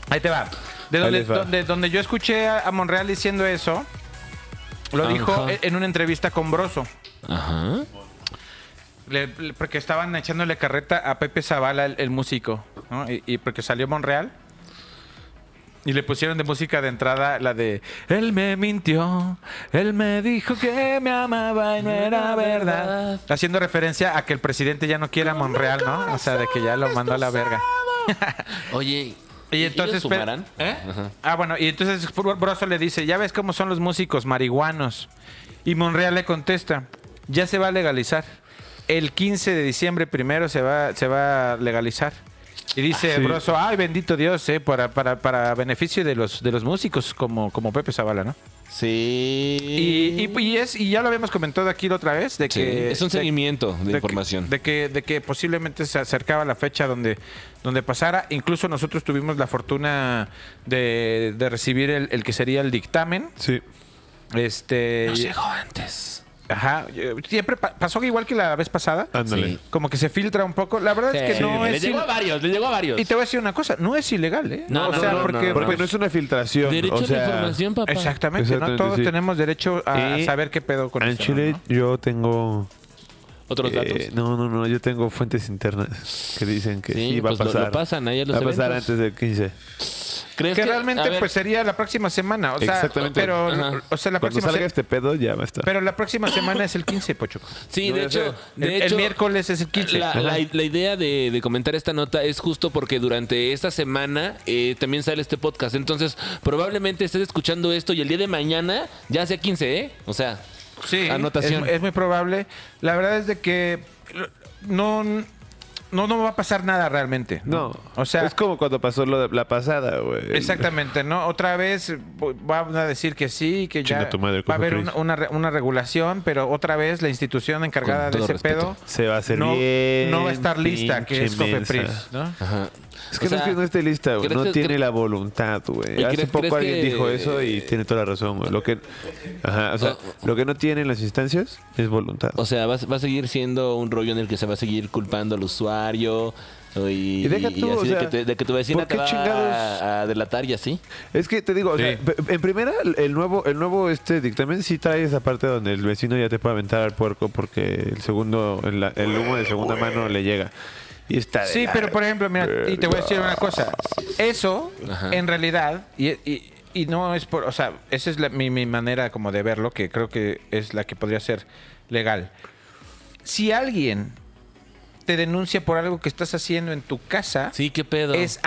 S1: Ahí te va. De
S3: Ahí
S1: donde,
S3: les va.
S1: donde, donde yo escuché a, a Monreal diciendo eso, lo
S5: Ajá.
S1: dijo e- en una entrevista con Broso.
S5: Ajá.
S1: Le- le- porque estaban echándole carreta a Pepe Zavala, el, el músico, ¿no? Y, y porque salió Monreal. Y le pusieron de música de entrada la de Él me mintió, él me dijo que me amaba y no era verdad. Haciendo referencia a que el presidente ya no quiere a Monreal, ¿no? O sea, de que ya lo mandó a la verga.
S5: Oye.
S1: Y entonces.
S5: ¿ellos
S1: pe-
S5: fumarán?
S1: ¿Eh?
S5: Ajá.
S1: Ah, bueno, y entonces Bro- Broso le dice: Ya ves cómo son los músicos marihuanos. Y Monreal le contesta: Ya se va a legalizar. El 15 de diciembre primero se va, se va a legalizar. Y
S5: Ah,
S1: dice
S3: Sí.
S1: Broso, ay bendito Dios, eh, para, para, para beneficio de los de los músicos como, como Pepe Zavala, ¿no?
S5: Sí.
S1: Y, y- y es, y ya lo habíamos comentado aquí la otra vez, de
S5: Sí,
S1: que
S5: es un
S1: de-
S5: seguimiento de,
S1: que-
S5: información.
S1: de que, de que posiblemente se acercaba la fecha donde, donde pasara. Incluso nosotros tuvimos la fortuna de, de recibir el, el que sería el dictamen.
S3: Sí.
S1: Este.
S5: Nos
S1: y-
S5: llegó antes.
S1: Ajá, eh, siempre pa- pasó igual que la vez pasada.
S3: Ándale.
S2: Sí.
S1: Como que se filtra un poco. La verdad es que
S2: Sí,
S1: no
S2: le
S1: es.
S2: llegó
S1: il-
S2: a varios, le llegó a varios.
S1: Y te voy a decir una cosa, no es ilegal, ¿eh?
S2: No,
S1: o
S2: no,
S1: sea,
S2: no, no,
S1: porque,
S3: Porque
S1: pues,
S3: no es una filtración.
S2: Derecho
S3: o
S2: a
S3: sea,
S2: la información, papá.
S1: Exactamente, ¿no?
S3: Exactamente,
S1: Todos
S3: sí.
S1: tenemos derecho a
S3: Y-
S1: saber qué pedo con
S3: En
S1: esto,
S3: Chile
S1: ¿no?
S3: yo tengo...
S2: Otros datos.
S3: eh, no, no, no, yo tengo fuentes internas que dicen que sí,
S2: Sí,
S3: va
S2: pues
S3: a
S2: lo-
S3: pasar.
S2: lo pasan ahí a los
S3: va a pasar
S2: eventos.
S3: antes del 15.
S2: ¿Crees
S1: Que
S2: a
S1: realmente
S2: ver,
S1: pues sería la próxima semana, o sea,
S3: Exactamente.
S1: pero
S2: Ajá.
S1: o sea, la
S3: Cuando
S1: próxima
S3: salga
S1: se-
S3: este pedo ya va a estar.
S1: pero la próxima semana es el 15, Pocho.
S2: Sí,
S3: No,
S2: de
S3: ya
S2: hecho,
S3: sé.
S2: de
S1: el, el
S2: hecho,
S1: miércoles es el 15.
S2: La,
S1: Ajá.
S2: la- la idea de, de comentar esta nota es justo porque durante esta semana eh, también sale este podcast. Entonces, probablemente estés escuchando esto y el día de mañana ya sea 15, ¿eh? O sea,
S1: Sí,
S2: Anotación.
S1: Es, es muy probable. La verdad es de que no, no, no va a pasar nada realmente.
S3: no,
S1: O sea,
S3: es como cuando pasó lo de- la pasada, güey.
S1: exactamente, ¿no? Otra vez eh, van a decir que sí, que ya
S3: Chinga tu madre,
S1: va a haber
S3: Cofepris.
S1: una, una re- una regulación, pero otra vez la institución encargada
S2: Con
S1: de
S2: todo
S1: ese
S2: respeto.
S1: pedo
S3: Se va a hacer
S1: no,
S3: bien.
S1: no va a estar lista, que es
S3: pinche mensa.
S1: Cofepris, ¿no?
S2: ajá.
S3: Es que no
S2: O sea,
S3: es que no esté lista, güey.
S2: ¿crees
S3: No
S2: que-
S3: tiene
S2: cre-
S3: la voluntad,
S2: ¿Y
S3: güey. Hace
S2: crees-
S3: poco
S2: crees
S3: alguien
S2: que-
S3: dijo eso y tiene toda la razón, güey. Lo que, ajá, o sea,
S2: Ah,
S3: lo que no tienen las instancias es voluntad.
S2: O sea, va, va a seguir siendo un rollo en el que se va a seguir culpando al usuario. Y,
S3: Y deja tú,
S2: y así
S3: o
S2: de,
S3: sea,
S2: que te- de que tu vecina
S3: ¿por
S2: te
S3: qué
S2: va
S3: chingados?
S2: a, a delatar y así.
S3: Es que te digo, o sea, pe- en primera, el nuevo, el nuevo este dictamen sí trae esa parte donde el vecino ya te puede aventar al puerco porque el segundo, el, la- el humo de segunda mano le llega. Y está de
S1: Sí,
S3: la
S1: pero por ejemplo, mira, y te voy a decir una cosa. Eso,
S2: Ajá.
S1: en realidad, y, y- y no es por. O sea, esa es la- mi, mi manera como de verlo, que creo que es la que podría ser legal. Si alguien te denuncia por algo que estás haciendo en tu casa,
S2: Sí, qué pedo.
S1: es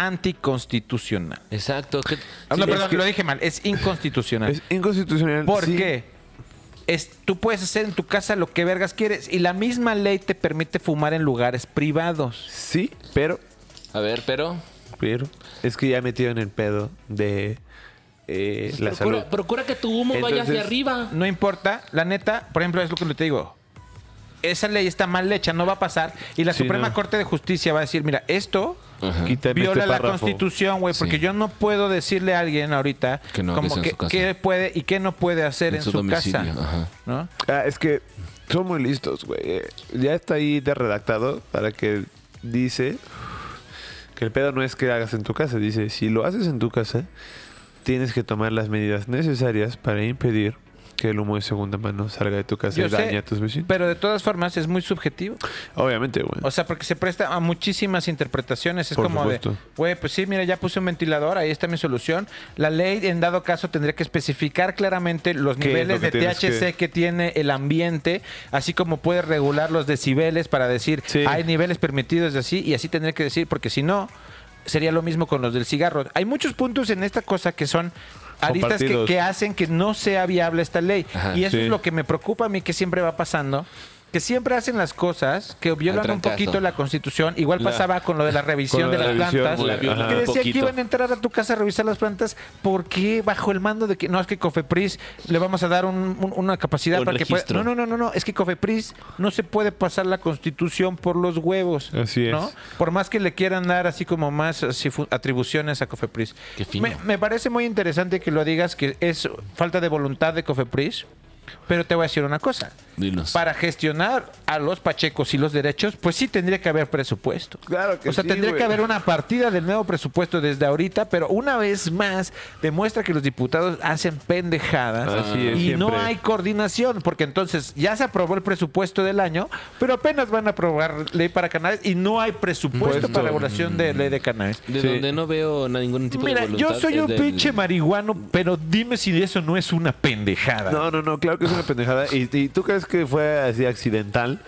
S1: anticonstitucional.
S2: Exacto. ¿qué-
S1: Ah,
S2: sí,
S1: no,
S2: es
S1: perdón,
S2: que-
S1: lo dije mal, es inconstitucional.
S3: Es inconstitucional.
S1: ¿Por
S3: sí.
S1: qué? Es, tú puedes hacer en tu casa lo que vergas quieres y la misma ley te permite fumar en lugares privados.
S3: Sí, pero,
S2: A ver, pero.
S3: pero es que ya metido en el pedo de eh, la salud.
S2: Procura, procura que tu humo vaya hacia
S3: Entonces-
S2: arriba.
S1: no importa, la neta, por ejemplo, es lo que te digo. Esa ley está mal hecha, no va a pasar. Y la
S3: Sí,
S1: Suprema
S3: no.
S1: Corte de Justicia va a decir, mira, esto
S2: Ajá.
S3: Quítame
S1: viola
S3: este
S1: la
S3: párrafo.
S1: Constitución, güey, porque
S2: Sí.
S1: yo no puedo decirle a alguien ahorita
S2: Que no, que
S1: como
S2: sea en
S1: que,
S2: su casa.
S1: qué puede y qué no puede hacer
S2: En
S1: en,
S2: su
S1: su,
S2: domicilio,
S1: casa.
S2: ajá.
S1: ¿no?
S3: Ah, es que son muy listos, güey. Eh, Ya está ahí de redactado para que dice que el pedo no es que hagas en tu casa. Dice, si lo haces en tu casa, tienes que tomar las medidas necesarias para impedir que el humo de segunda mano salga de tu casa
S1: Yo
S3: y
S1: sé,
S3: dañe a tus vecinos.
S1: Pero de todas formas es muy subjetivo.
S3: Obviamente, güey.
S1: O sea, porque se presta a muchísimas interpretaciones. Es
S3: Por
S1: como de,
S3: supuesto.
S1: güey, pues sí, mira, ya puse un ventilador, ahí está mi solución. La ley, en dado caso, tendría que especificar claramente los
S3: ¿Qué es lo
S1: niveles
S3: que
S1: de
S3: tienes
S1: THC que...
S3: que-
S1: tiene el ambiente, así como puede regular los decibeles para decir,
S3: Sí.
S1: hay niveles permitidos de así, y así tendría que decir, porque si no, sería lo mismo con los del cigarro. Hay muchos puntos en esta cosa que son... Aristas que,
S3: Compartidos.
S1: que hacen que no sea viable esta ley.
S2: Ajá.
S1: y eso
S3: Sí.
S1: es lo que me preocupa a mí que siempre va pasando. Que siempre hacen las cosas que violan un
S2: trancazo.
S1: poquito la constitución. Igual
S2: La-
S1: pasaba con lo de la revisión
S3: Con
S1: de
S3: lo de
S1: las
S3: la revisión,
S1: plantas.
S2: güey, la
S1: que
S2: violan
S1: decía que
S2: poquito.
S1: iban a entrar a tu casa a revisar las plantas. ¿Por qué bajo el mando de que no es que Cofepris le vamos a dar un- un- una capacidad
S2: Un
S1: para que
S2: registro.
S1: pueda? No, no, no, no, no. Es que Cofepris no se puede pasar la constitución por los huevos.
S3: Así es.
S1: ¿no? Por más que le quieran dar así como más así fu- atribuciones a Cofepris.
S2: Qué fino.
S1: Me, me parece muy interesante que lo digas que es falta de voluntad de Cofepris. Pero te voy a decir una cosa.
S2: Dinos.
S1: Para gestionar a los pachecos y los derechos, pues sí tendría que haber presupuesto.
S3: Claro que
S1: O sea,
S3: sí,
S1: tendría
S3: güey.
S1: que haber una partida del nuevo presupuesto desde ahorita, pero una vez más demuestra que los diputados hacen pendejadas
S3: Así es,
S1: y no
S3: siempre.
S1: hay coordinación, porque entonces ya se aprobó el presupuesto del año, pero apenas van a aprobar ley para cannabis y no hay presupuesto
S3: Puesto.
S1: para regulación de ley de cannabis.
S2: De
S3: Sí.
S2: donde no veo na- ningún tipo
S1: Mira,
S2: de
S1: yo
S2: voluntad
S1: soy
S2: es
S1: un
S2: del-
S1: pinche marihuano, pero dime si eso no es una pendejada.
S3: No, no, no, claro que es una pendejada. ¿Y, y tú crees que fue así accidental?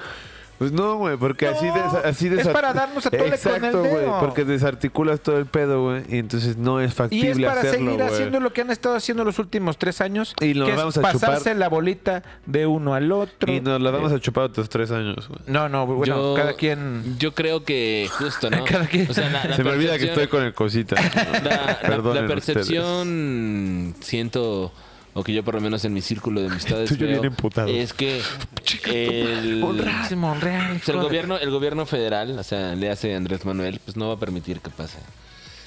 S3: Pues no, güey, porque así,
S1: No,
S3: desa- así
S1: es
S3: desa-
S1: para darnos a tole con el
S3: Exacto, güey,
S1: dedo.
S3: porque desarticulas todo el pedo, güey, y entonces no es
S1: Y
S3: factible
S1: es para
S3: hacerlo,
S1: seguir
S3: güey.
S1: haciendo lo que han estado haciendo los últimos tres años.
S3: Y nos
S1: que es
S3: vamos a
S1: pasarse
S3: chupar.
S1: la bolita de uno al otro.
S3: Y nos la vamos a chupar otros tres años, güey.
S1: No, no, bueno,
S2: Yo-
S1: cada quien...
S2: Yo creo que justo, ¿no?
S1: Cada quien.
S3: Se me olvida que estoy
S2: percepción-
S3: con el cosita.
S2: La, la- la,
S3: Perdonen
S2: percepción siento, o que yo por lo menos en mi círculo de amistades
S3: Tú ya
S2: veo,
S3: bien emputado.
S2: es que el,
S1: Monreal, Monreal,
S2: o sea, el
S1: joder.
S2: gobierno, el gobierno federal, o sea, le hace Andrés Manuel, pues no va a permitir que pase.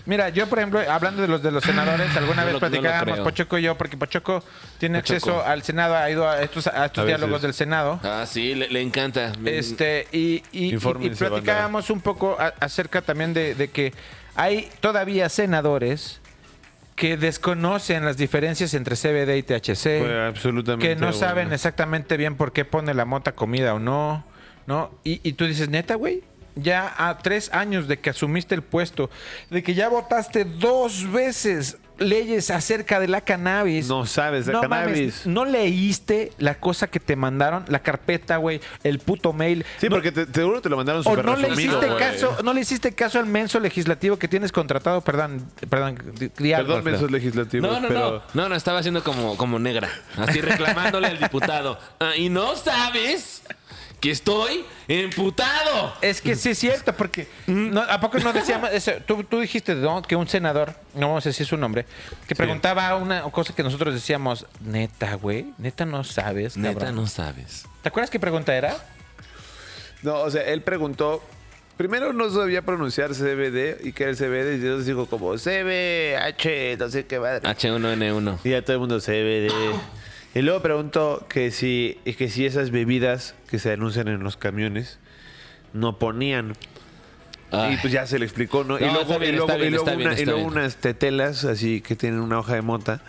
S1: Mira, yo por ejemplo, hablando de los de los senadores, alguna
S2: No
S1: vez
S2: lo- no lo
S1: platicábamos
S2: creo.
S1: Pachoco y yo, porque Pachoco tiene
S2: Pachoco.
S1: acceso al Senado, ha ido a estos, a estos
S3: A veces.
S1: diálogos del Senado.
S2: Ah, sí, le, le encanta.
S1: Este, y, y, y- y
S3: Infórmense,
S1: platicábamos un poco a- acerca también de, de que hay todavía senadores que desconocen las diferencias entre CBD y THC,
S3: Pues, absolutamente.
S1: Eh, que no saben
S3: bueno.
S1: exactamente bien por qué pone la mota comida o no, ¿no? Y, y tú dices, neta, güey, ya a tres años de que asumiste el puesto, de que ya votaste dos veces leyes acerca de la cannabis.
S3: No sabes de
S1: No
S3: cannabis.
S1: mames, no leíste la cosa que te mandaron, la carpeta, güey, el puto mail.
S3: Sí,
S1: No-
S3: porque te- seguro te lo mandaron
S1: o
S3: súper
S1: no le
S3: resumido,
S1: hiciste
S3: güey.
S1: caso, no le hiciste caso al menso legislativo que tienes contratado, perdón, perdón, di- di algo,
S3: Perdón,
S1: Alfredo.
S3: esos legislativos,
S2: No, no,
S3: pues, pero...
S2: no. No, no, estaba haciendo como, como negra. Así reclamándole al diputado. Ah, y no sabes que estoy emputado.
S1: Es que sí es cierto, porque no, ¿a poco no decíamos eso? Tú, tú dijiste ¿no? que un senador, no vamos a decir su nombre, que preguntaba una cosa que nosotros decíamos, neta, güey, neta no sabes, cabrón".
S2: Neta, no sabes.
S1: ¿Te acuerdas qué pregunta era?
S3: No, o sea, él preguntó. Primero no sabía pronunciar CBD y que era el CBD y entonces dijo como CBH, no sé qué
S2: Ah.
S3: madre.
S2: H1N1.
S3: Y ya todo el mundo CBD. Y luego preguntó que si, que si esas bebidas que se anuncian en los camiones no ponían.
S2: Ay.
S3: Y pues ya se le explicó, ¿no? y
S2: Ah. No,
S3: luego,
S2: está bien,
S3: y luego-
S2: está bien,
S3: y luego
S2: está bien,
S3: una- y
S2: está
S3: luego
S2: bien.
S3: unas tetelas así que tienen una hoja de mota,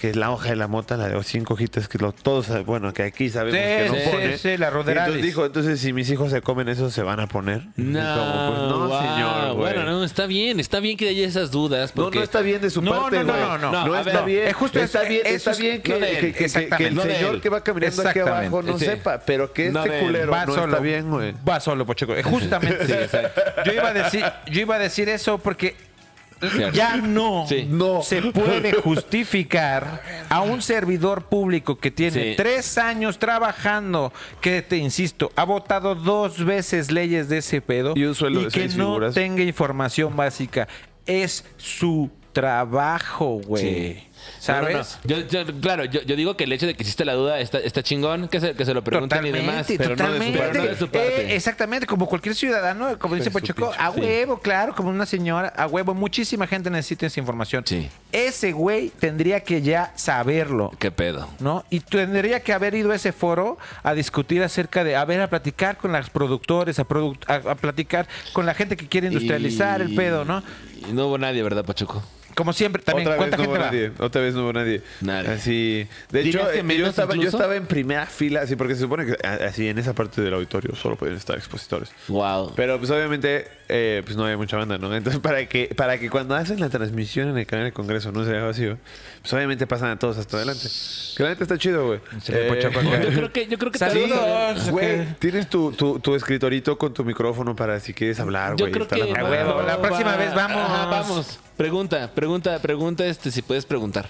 S3: que es la hoja de la mota, la de los cinco hojitas que lo, todos, sab- bueno, que aquí sabemos
S1: Sí,
S3: que no
S1: sí,
S3: pone.
S1: sí, la
S3: Y
S1: roderalis.
S3: entonces dijo, entonces si mis hijos se comen eso, ¿se van a poner? Y
S2: No,
S3: como, pues, no
S2: wow.
S3: señor, güey.
S2: Bueno, no, está bien, está bien que haya esas dudas.
S3: No,
S2: Porque
S3: no está bien de su
S1: No, no,
S3: parte,
S1: no,
S3: güey.
S1: no, no.
S2: No, a
S3: está
S2: ver,
S3: bien.
S1: es justo
S3: está
S1: eso,
S3: bien,
S1: eso
S3: está
S1: es-
S3: bien que,
S1: no de él,
S3: que- que- que el
S1: exactamente.
S2: No de
S3: señor
S2: él.
S3: que va caminando aquí abajo no
S2: Sí.
S3: sepa, pero que
S2: No
S3: este
S2: de él.
S3: culero no está bien, güey.
S1: Va solo, Pacheco. Eh, Justamente. yo, iba a decir, yo iba a decir eso porque
S2: Cierto.
S1: ya no,
S2: Sí.
S1: no se puede justificar a un servidor público que tiene
S2: Sí.
S1: tres años trabajando, que te insisto, ha votado dos veces leyes de ese pedo
S3: Y un sueldo de
S1: que
S3: seis
S1: no
S3: figuras.
S1: tenga información básica. Es su trabajo, güey.
S2: Sí.
S1: ¿Sabes?
S2: No, no, no. Yo- yo- claro, yo, yo digo que el hecho de que existe la duda está, está chingón, que se, que se lo pregunten y demás, pero no de su- pero no de su parte.
S1: Eh, exactamente, como cualquier ciudadano, como dice
S2: su
S1: Pacheco,
S2: pinche-
S1: a
S2: sí.
S1: huevo, claro, como una señora, a huevo, muchísima gente necesita esa información.
S2: Sí.
S1: Ese güey tendría que ya saberlo.
S2: ¿Qué pedo?
S1: ¿No? Y tendría que haber ido a ese foro a discutir acerca de, a ver, a platicar con los productores, a, produc- a- a platicar con la gente que quiere industrializar el
S2: Y-
S1: pedo, ¿no?
S2: y no hubo nadie, ¿verdad, Pachuco?
S1: Como siempre, también,
S3: otra vez
S1: ¿cuánta
S3: no hubo
S1: gente va?
S3: nadie, otra vez no hubo nadie.
S2: Nadie.
S3: Así, de
S2: ¿Dirías
S3: hecho,
S2: que
S3: eh, yo
S2: menos
S3: estaba, yo
S2: incluso?
S3: estaba en primera fila, así porque se supone que a- así en esa parte del auditorio solo podían estar expositores.
S2: Wow.
S3: Pero pues obviamente eh, pues no había mucha banda, ¿no? Entonces para que para que cuando hacen la transmisión en el canal del Congreso no se vea vacío, pues obviamente pasan a todos hasta adelante. Que la neta está chido, güey. Eh,
S1: Se ve pochaco acá.
S2: yo creo que, yo creo que
S3: Sí,
S2: tal vez-
S1: Saludos.
S3: güey, tienes tu, tu, tu escritorito con tu micrófono para si quieres hablar,
S2: Yo
S3: güey.
S2: creo
S3: está
S2: que
S3: la
S1: A
S3: mamada,
S1: huevo,
S3: güey.
S1: la próxima vez vamos.
S2: Ajá, vamos. Pregunta, pregunta, pregunta este si puedes preguntar.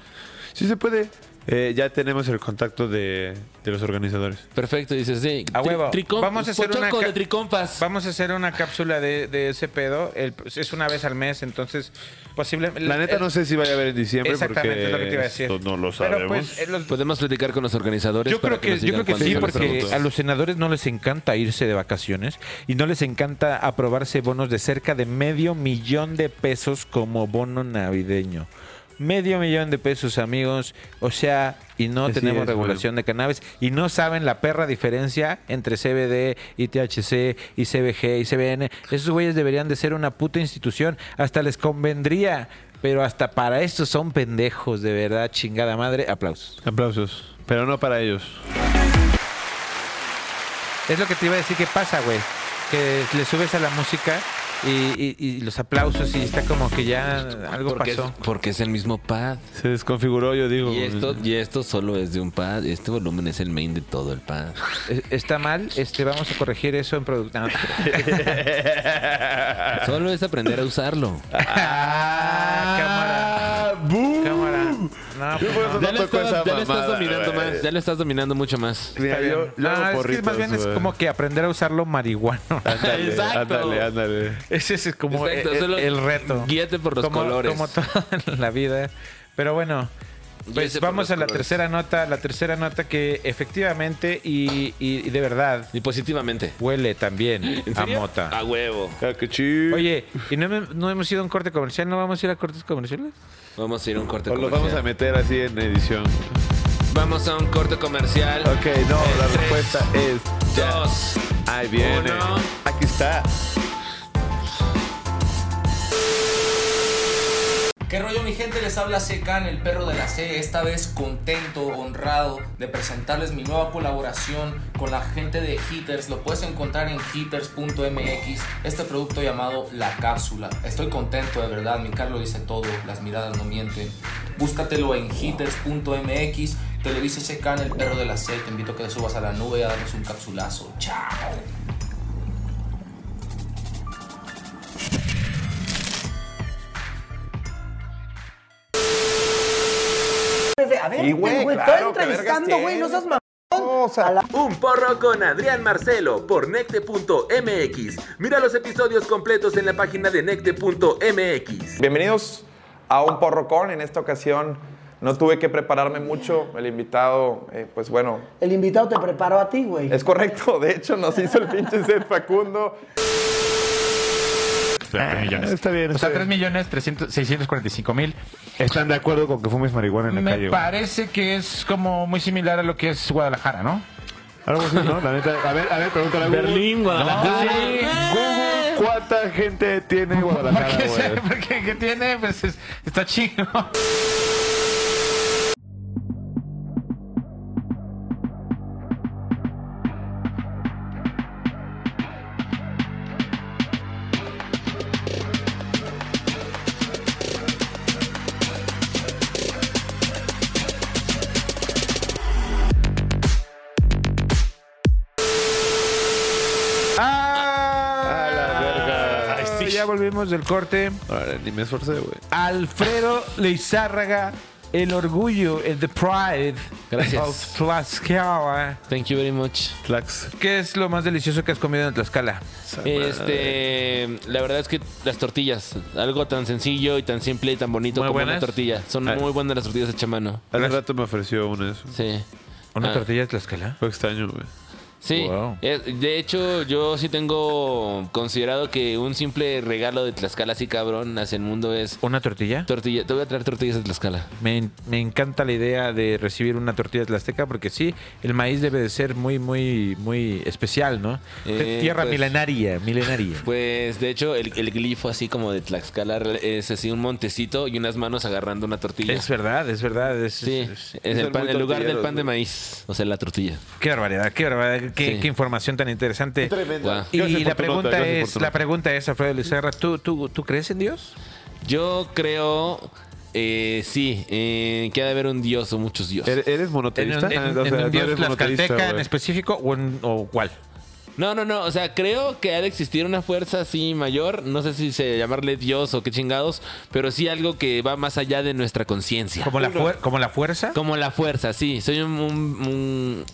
S3: Sí se puede. Eh, ya tenemos el contacto de, de los organizadores.
S2: Perfecto, dices, sí.
S1: A
S2: tri-
S1: huevo.
S2: tricom-
S1: Vamos a hacer una
S2: pochoco
S1: ca-
S2: de tricompas.
S1: Vamos a hacer una cápsula de, de ese pedo. El- es una vez al mes, entonces posiblemente.
S3: La neta no sé si vaya a haber en diciembre
S1: Exactamente,
S3: porque
S1: es lo que te iba a decir.
S3: esto no lo sabemos.
S1: Pero pues, eh, los-
S2: Podemos platicar con los organizadores.
S1: yo
S2: para
S1: creo que,
S2: nos
S1: yo
S2: digan
S1: creo que
S2: cuándo
S1: sí,
S2: son las
S1: porque
S2: preguntas.
S1: a los senadores no les encanta irse de vacaciones y no les encanta aprobarse bonos de cerca de medio millón de pesos como bono navideño. Medio millón de pesos, amigos. O sea, y no
S3: Así
S1: tenemos
S3: es,
S1: regulación de cannabis y no saben la perra diferencia entre CBD y THC y CBG y CBN. Esos güeyes deberían de ser una puta institución. Hasta les convendría. Pero hasta para esto son pendejos, de verdad, chingada madre. Aplausos.
S3: Aplausos. Pero no para ellos.
S1: Es lo que te iba a decir que pasa, güey. Que le subes a la música y, y- y los aplausos y está como que ya algo
S2: porque,
S1: pasó.
S2: Es, porque es el mismo pad.
S3: Se desconfiguró, yo digo.
S2: Y esto, y esto solo es de un pad. Este volumen es el main de todo el pad.
S1: E- Está mal, este, vamos a corregir eso en producción.
S2: Solo es aprender a usarlo.
S1: Ah,
S3: ¡Bum!
S1: cámara. Cámara. No,
S3: Yo por eso
S1: pues no.
S2: Ya lo
S3: tocó
S2: estás,
S3: esa
S2: ya lo estás
S3: mamada,
S2: dominando
S3: güey.
S2: más. Ya lo estás dominando mucho más.
S3: Mira,
S1: Está bien.
S3: yo, yo
S1: Ah,
S3: hago
S1: es que
S3: porritos,
S1: más bien es
S3: güey. Ah,
S1: como que aprender a usarlo marihuano.
S3: Ándale,
S2: Exacto.
S3: ándale, ándale.
S1: Ese es como
S2: Exacto,
S1: el,
S2: solo
S1: el reto.
S2: guíate por los
S1: como,
S2: colores.
S1: Como toda la vida. Pero bueno, Pues
S2: sé por
S1: vamos
S2: los
S1: a la
S2: colores.
S1: tercera nota, la tercera nota que efectivamente y, y- y de verdad
S2: Y positivamente.
S1: huele también
S2: ¿En
S1: a
S2: serio?
S1: mota.
S2: A huevo.
S3: Ah, qué chido.
S1: Oye, ¿y no, hemos- no hemos ido a un corte comercial? ¿No vamos a ir a cortes comerciales?
S2: Vamos a ir a un corte
S3: O los
S2: comercial.
S3: Pues vamos a meter así en edición.
S2: Vamos a un corte comercial.
S3: Ok, no,
S2: En
S3: la
S2: tres,
S3: respuesta es ya.
S2: Dos.
S3: Ahí viene.
S2: uno.
S3: Aquí está.
S6: ¿Qué rollo mi gente? Les habla Secan, el perro de la C, esta vez contento, honrado de presentarles mi nueva colaboración con la gente de Heaters. Lo puedes encontrar en heaters.mx, este producto llamado La Cápsula. Estoy contento de verdad, mi Carlos dice todo, las miradas no mienten. Búscatelo en heaters.mx, te lo dice Secan, el perro de la C, te invito a que te subas a la nube y a darnos un capsulazo. Chao.
S7: Desde, a ver, güey, estaba entrevistando, güey, no seas mamón.
S8: Un porro con Adrián Marcelo por necte.mx. Mira los episodios completos en la página de necte.mx.
S9: Bienvenidos a un porrocón. En esta ocasión no tuve que prepararme mucho. El invitado, eh, pues bueno,
S7: El invitado te preparó a ti, güey.
S9: es correcto. De hecho, nos hizo el pinche set Facundo.
S3: Está bien.
S10: O sea,
S3: está
S10: 3
S3: bien.
S10: millones 300, 645 mil.
S3: Están de acuerdo con que fumes marihuana en la
S10: Me
S3: calle. güey.
S10: parece que es como muy similar a lo que es Guadalajara, ¿no?
S3: Algo así, ¿no? La neta. A ver, a ver, pregúntale a Google.
S2: Berlín, Guadalajara.
S3: Google, ¿cuánta gente tiene Guadalajara,
S10: Porque,
S3: güey?
S10: porque que tiene, pues es- está chido. ¡Ah!
S3: A la verga.
S1: Ya volvimos del corte.
S3: Ahora, ni me esforcé, güey.
S1: Alfredo Leizárraga, el orgullo, el the pride
S2: Gracias.
S1: of Tlaxcala.
S2: Thank you very much.
S3: Tlax.
S1: ¿Qué es lo más delicioso que has comido en Tlaxcala?
S2: Este, la verdad es que las tortillas, algo tan sencillo y tan simple y tan bonito
S1: Muy
S2: como
S1: buenas.
S2: una tortilla. Son
S3: Ah.
S2: muy buenas las tortillas de chamano.
S3: Hace rato me ofreció una de eso.
S2: Sí.
S1: ¿Una
S2: Ah.
S1: tortilla de Tlaxcala?
S3: Fue extraño, güey.
S2: Sí,
S1: Wow.
S2: Eh, de hecho yo sí tengo considerado que un simple regalo de Tlaxcala así cabrón hacia el mundo es
S1: ¿Una tortilla?
S2: tortilla. Te voy a traer tortillas de Tlaxcala.
S1: Me, en- me encanta la idea de recibir una tortilla tlaxteca porque sí, el maíz debe de ser muy, muy, muy especial, ¿no?
S2: Eh,
S1: Tierra
S2: pues-
S1: milenaria, milenaria.
S2: Pues de hecho el, el glifo así como de Tlaxcala es así un montecito y unas manos agarrando una tortilla.
S1: Es verdad, es verdad. es-
S2: Sí,
S1: es- es-
S2: en
S3: son
S2: el, pan-
S3: muy
S2: en lugar del
S3: tortilleros,
S2: pan de
S3: güey.
S2: maíz, o sea, la tortilla.
S1: Qué barbaridad, qué barbaridad, qué,
S2: Sí.
S1: qué información tan interesante.
S2: Guau.
S1: Y
S3: Gracias
S1: la
S3: por tu nota,
S1: pregunta
S3: gracias por
S1: es,
S3: tu
S1: la
S3: nota.
S1: pregunta es, Alfredo Lizarra, ¿tú, tú, ¿tú crees en Dios?
S2: Yo creo, eh, sí, eh, que ha de haber un dios o muchos dioses.
S3: ¿Eres- ¿Eres
S1: ¿En
S3: monoteísta?
S1: un, en-
S3: Ah, o
S1: en
S3: sea,
S1: un
S3: no
S1: Dios
S3: eres monoteísta,
S1: tlaxcalteca en
S3: güey.
S1: específico o, en- o cuál?
S2: No, no, no, o sea, creo que ha de existir una fuerza así mayor, no sé si se llamarle dios o qué chingados, pero sí algo que va más allá de nuestra conciencia.
S1: ¿Como la, fuer- como la fuerza?
S2: Como la fuerza, sí, soy un, un- un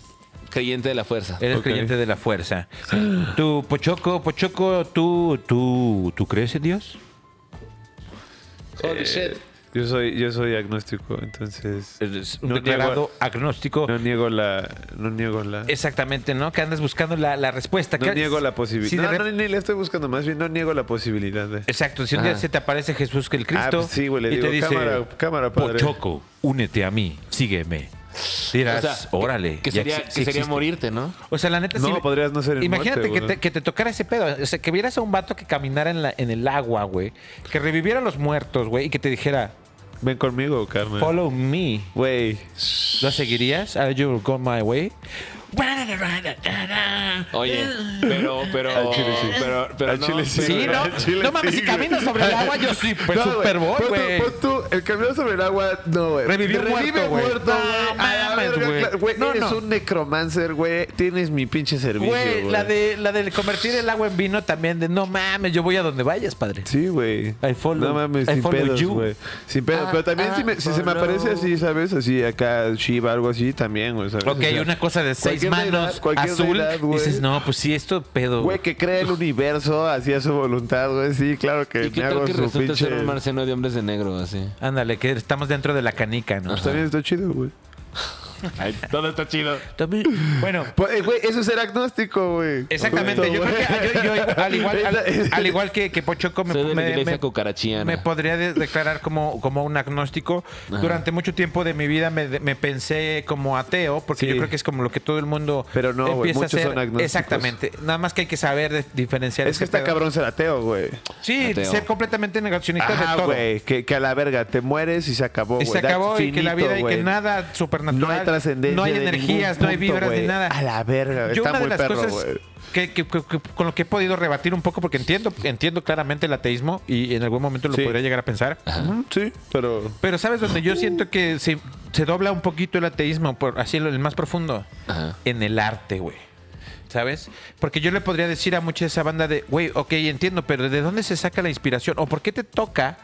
S2: creyente de la fuerza.
S1: Eres
S3: Ok.
S1: creyente de la fuerza. Tú, Pochoco, Pochoco, ¿tú, tú, ¿tú crees en Dios?
S2: Holy shit.
S3: Yo soy, yo soy agnóstico, entonces.
S1: Eres un
S3: No
S1: declarado
S3: niego-
S1: agnóstico.
S3: No niego la. No niego la.
S1: Exactamente, ¿no? Que andas buscando la, la respuesta.
S3: No
S1: Que-
S3: niego la posibilidad.
S1: si de
S3: no,
S1: rep-
S3: no, ni le estoy buscando, más bien no niego la posibilidad. De...
S1: Exacto, si un día
S2: Ajá.
S1: se te aparece Jesús que el
S3: Ah,
S1: Cristo
S3: pues sí, güey, le
S1: y
S3: digo,
S1: te dice,
S3: cámara, cámara, padre.
S1: Pochoco, únete a mí, sígueme. Dirás,
S2: O sea,
S1: órale.
S2: Que
S1: ya
S2: sería,
S1: exi-
S2: que
S1: sí
S2: sería
S1: existe.
S2: morirte, ¿no?
S1: O sea, la neta
S3: No,
S1: sí.
S3: podrías no ser inmortal,
S1: Imagínate que
S3: güey.
S1: te, que te tocara ese pedo. O sea, que vieras a un vato que caminara en, la, en el agua, güey. Que reviviera a los muertos, güey. Y que te dijera,
S3: Ven conmigo, Carmen.
S1: follow me.
S3: Güey.
S1: ¿Lo seguirías? Are you go my way?
S2: Oye, pero, pero,
S3: Al chile sí.
S2: pero, pero
S3: Al
S2: no,
S3: chile sí.
S2: pero-
S1: Sí, ¿no?
S3: Al chile
S1: no mames,
S3: sí,
S1: si
S3: güey.
S1: camino sobre el agua, yo sí, pues
S3: No,
S1: Super Bowl,
S3: Pon tú-
S1: güey.
S3: pon tú, el camión sobre el agua, no, güey.
S1: Revivió muerto,
S3: Revive
S1: güey.
S3: muerto, güey.
S1: No
S3: A la
S1: mames,
S3: verga,
S1: güey.
S3: claro, güey.
S1: No,
S3: eres
S1: no.
S3: un necromancer, güey. Tienes mi pinche servicio,
S1: Güey,
S3: güey.
S1: la de, la de convertir el agua en vino también, de no mames, yo voy a donde vayas, padre.
S3: Sí, güey.
S1: I follow-
S3: no mames,
S1: I
S3: sin
S1: follow
S3: pedos,
S1: you.
S3: güey. Sin pedos.
S1: Ah,
S3: Pero también
S1: ah,
S3: si, me- si se me
S1: follow.
S3: aparece así, ¿sabes? Así acá, Shiva, algo así, también, güey. ¿sabes?
S1: Ok,
S3: O sea,
S1: una cosa de seis
S10: seis
S3: cualquier deidad,
S10: manos
S3: cualquier
S10: azul,
S3: deidad, güey.
S10: dices, no, pues sí, esto pedo.
S3: Güey,
S10: güey.
S3: que crea el universo hacia su voluntad, güey. Sí, claro que
S2: ¿Y qué
S3: me
S2: tal
S3: hago
S2: que
S3: su
S2: resulta
S3: pinche.
S2: ser un marciano de hombres de negro así?
S1: Ándale, que estamos dentro de la canica, ¿no?
S3: Pues También está chido, güey.
S10: Todo está chido. Bueno,
S3: Pues, eh, güey, eso es ser agnóstico, güey.
S1: Exactamente, yo creo que yo- yo, al igual, al, al igual que, que Pochoco me,
S2: Soy de la
S1: me-
S2: iglesia
S1: me-
S2: cucarachiana.
S1: me podría de- declarar como, como un agnóstico. Durante mucho tiempo de mi vida me, de- me pensé como ateo, porque
S3: Sí.
S1: yo creo que es como lo que todo el mundo
S3: Pero no, güey,
S1: empieza a
S3: muchos
S1: hacer.
S3: son agnósticos.
S1: Exactamente, nada más que hay que saber de- diferenciar.
S3: Es
S1: ese
S3: que está
S1: pedo.
S3: cabrón ser ateo, güey.
S1: Sí,
S2: Ateo.
S1: ser completamente negacionista de
S3: Ajá,
S1: todo.
S3: güey. Que, que a la verga, te mueres y se acabó,
S1: Y
S3: güey.
S1: se
S3: That's
S1: acabó y que la
S3: finito,
S1: vida y que
S3: güey.
S1: nada supernatural.
S3: No hay trascendencia.
S1: No hay
S3: de
S1: energías,
S3: ningún
S1: no hay
S3: punto,
S1: vibras
S3: güey.
S1: ni nada.
S3: A la verga,
S1: Yo
S3: está
S1: una de
S3: muy
S1: las
S3: perro,
S1: cosas
S3: güey.
S1: que, que- que- que- con lo que he podido rebatir un poco, porque entiendo, entiendo claramente el ateísmo y en algún momento lo
S3: Sí.
S1: podría llegar a pensar.
S3: Ujú, Sí, pero.
S1: Pero ¿sabes donde yo siento que se, se dobla un poquito el ateísmo, por, así lo- el más profundo?
S2: Ajá.
S1: En el arte, güey. ¿Sabes? Porque yo le podría decir a mucha de esa banda de, güey, ok, entiendo, pero ¿de dónde se saca la inspiración? ¿O por qué te toca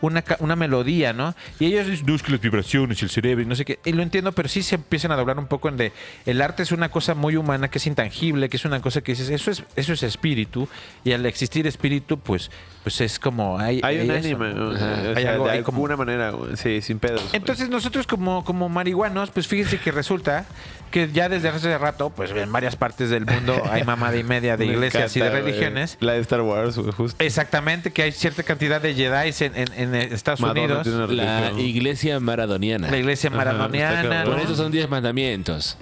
S1: una, ca- una melodía, no? Y ellos dicen, "No, es que las vibraciones y el cerebro y no sé qué. Y lo entiendo, pero sí se empiezan a doblar un poco en de, el arte es una cosa muy humana, que es intangible, que es una cosa que dices, eso es, eso es espíritu. Y al existir espíritu, pues, pues es como... Hay,
S3: Hay un
S1: hay eso,
S3: anime,
S1: ¿no?
S3: ¿no? O
S1: Ajá.
S3: sea,
S1: Hay
S3: de
S1: algo ahí
S3: alguna
S1: como-
S3: manera, güey. Sí, sin pedos. güey.
S1: entonces nosotros como, como marihuanos, pues fíjense que resulta que ya desde hace rato, pues en varias partes del mundo hay mamada y media de
S3: Me
S1: iglesias y
S3: encanta,
S1: de
S3: güey.
S1: religiones.
S3: La de Star Wars, güey, justo.
S1: Exactamente, que hay cierta cantidad de Jedi en, en- en Estados
S3: Madonna
S1: Unidos.
S3: tiene una
S2: La
S3: religión.
S2: iglesia maradoniana.
S1: La iglesia
S3: está
S1: maradoniana,
S3: cabrón.
S2: Por
S1: ¿no?
S2: eso son 10 mandamientos.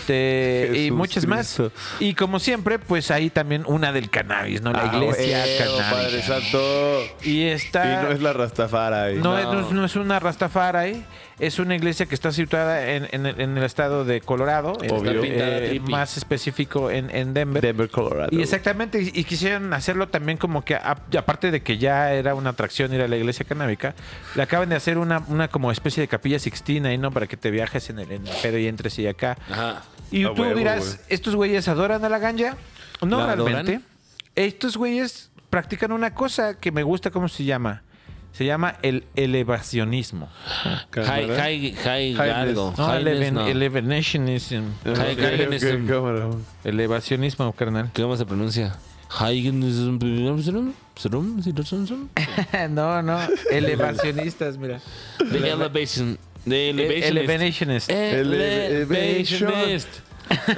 S1: este y
S3: Jesús
S1: muchas
S3: Cristo.
S1: más. Y como siempre, pues hay también una del cannabis, ¿no? La
S3: Ah,
S1: iglesia
S3: huevo, Padre
S1: cannabis.
S3: Santo.
S1: Y está
S3: Y no es la Rastafara, güey.
S1: No, es- no es- no es una Rastafari, es una iglesia que está situada en, en el- en el estado de Colorado, en-
S3: Obvio.
S2: Pintada
S1: eh,
S2: trippy.
S1: más específico en, en Denver.
S3: Denver, Colorado.
S1: Y exactamente, y, y quisieron hacerlo también como que, a- aparte de que ya era una atracción ir a la iglesia canábica, le acaban de hacer una, una como especie de capilla sixtina ahí, ¿no? Para que te viajes en el, en el pedo y entres y acá.
S2: Ajá.
S1: Y
S3: A
S1: tú
S3: huevo,
S1: dirás,
S3: güey.
S1: ¿estos güeyes adoran a la ganja? No
S2: ¿La adoran?
S1: realmente. Estos güeyes practican una cosa que me gusta, ¿cómo se llama? Se llama el elevacionismo.
S2: High, high, high,
S3: Highness.
S2: algo.
S1: No,
S2: Highness,
S1: eleven-
S2: no.
S1: elevationism.
S2: High
S3: Ok,
S2: Garden
S3: ok,
S2: es un-
S3: cámara, güey.
S1: Elevacionismo, carnal.
S2: ¿Cómo se pronuncia? The
S1: no, no. Elevacionistas, mira.
S2: elevation. The elevationist.
S1: Elevationist.
S2: Elevationist.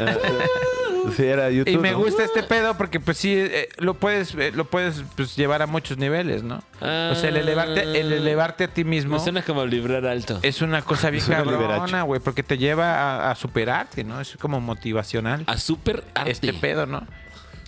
S3: Sí, era YouTube.
S1: Y me
S3: ¿no?
S1: gusta este pedo porque pues sí eh, lo puedes eh, lo puedes pues, llevar a muchos niveles, ¿no? o sea, el elevarte el elevarte a ti mismo
S2: Ah. Me suena como vibrar alto.
S1: es una cosa bien
S3: Suena
S1: cabrona,
S3: liberacho.
S1: güey, porque te lleva a, a superarte, ¿no? Es como motivacional
S2: A super arte.
S1: este pedo, ¿no?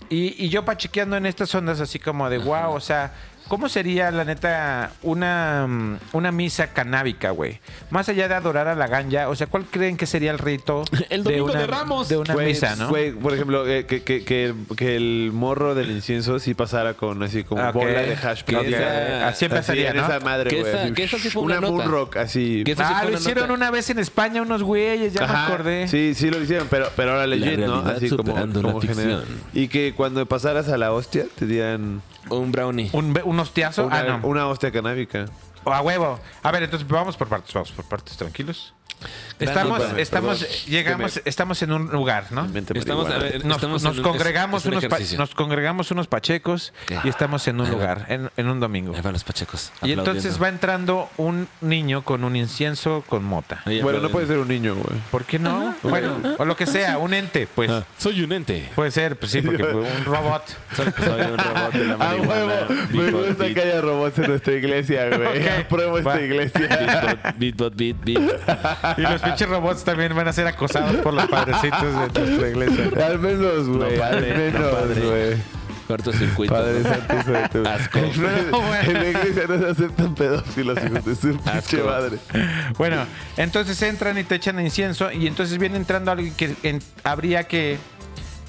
S1: Y, y yo pachequeando en estas ondas así como de wow, o sea, ¿cómo sería la neta una, mm, una misa canábica, güey? Más allá de adorar a la ganja, o sea, ¿cuál creen que sería el rito
S2: El
S1: de
S2: domingo
S1: una,
S2: de Ramos.
S1: de una
S3: Güey,
S1: misa, no?
S3: Pues, güey, por ejemplo, eh, que, que- que- que el morro del incienso sí pasara con así como
S1: Ok.
S3: bola de hash
S2: Ah, Que
S3: brown. Ah,
S2: esa- ah,
S1: así empezaría,
S3: en
S1: ¿no?
S3: esa madre,
S2: Que
S3: güey,
S2: esa-
S3: así,
S2: que esa sí fue una
S3: moon
S2: nota.
S3: rock, así.
S2: Que esa- sí
S1: Ah,
S2: fue
S1: lo
S2: una
S1: hicieron
S2: nota.
S1: una vez en España unos güeyes, ya
S3: Ajá,
S1: me acordé.
S3: Sí, sí lo hicieron, pero, pero ahora legit, ¿no?
S2: realidad
S3: Así como,
S2: superando la
S3: como general.
S2: ficción.
S3: Y que cuando pasaras a la hostia te dieran
S2: Un brownie.
S1: Un, be- un hostiazo.
S3: una,
S1: ah, no.
S3: una hostia canábica.
S1: O a huevo. A ver, entonces vamos por partes, vamos por partes, tranquilos. Estamos,
S3: Discúlpame,
S1: estamos,
S3: perdón.
S1: llegamos, estamos en un lugar, ¿no?
S3: Mente
S2: Estamos, a
S3: marihuana.
S2: ver,
S1: Nos,
S2: estamos
S1: nos
S2: en un- es-
S1: congregamos
S2: es un
S1: unos pa-
S2: ejercicio.
S1: nos congregamos unos pachecos
S2: ¿Qué?
S1: y estamos en un
S2: Ahí va.
S1: lugar, en, en un domingo.
S2: Ahí van los pachecos.
S1: Y entonces va entrando un niño con un incienso con mota.
S3: Bueno, no puede ser un niño, güey.
S1: ¿Por qué no? Bueno, o lo que sea, un ente, pues.
S2: Soy un ente.
S1: Puede ser, pues sí, porque fue un robot.
S2: Soy, soy un robot de la
S3: A
S2: marihuana.
S3: Ah, huevo, me
S2: Beatbot,
S3: gusta
S2: beat,
S3: que haya robots en nuestra iglesia, güey.
S1: Ok,
S3: Apruebo
S1: va.
S3: esta iglesia.
S2: beatbot, beatbot, ah, beat, beat.
S1: Y los pinches robots también van a ser acosados por los padrecitos de nuestra iglesia.
S3: Al menos, güey. al
S2: padre, no,
S3: menos,
S2: padre.
S3: güey.
S2: Cortocircuito.
S3: Padre santo, santo.
S2: Asco.
S3: En la iglesia no se aceptan pedófilos, hijos de su pinche madre.
S1: Bueno, entonces entran y te echan incienso y entonces viene entrando alguien que en- habría que,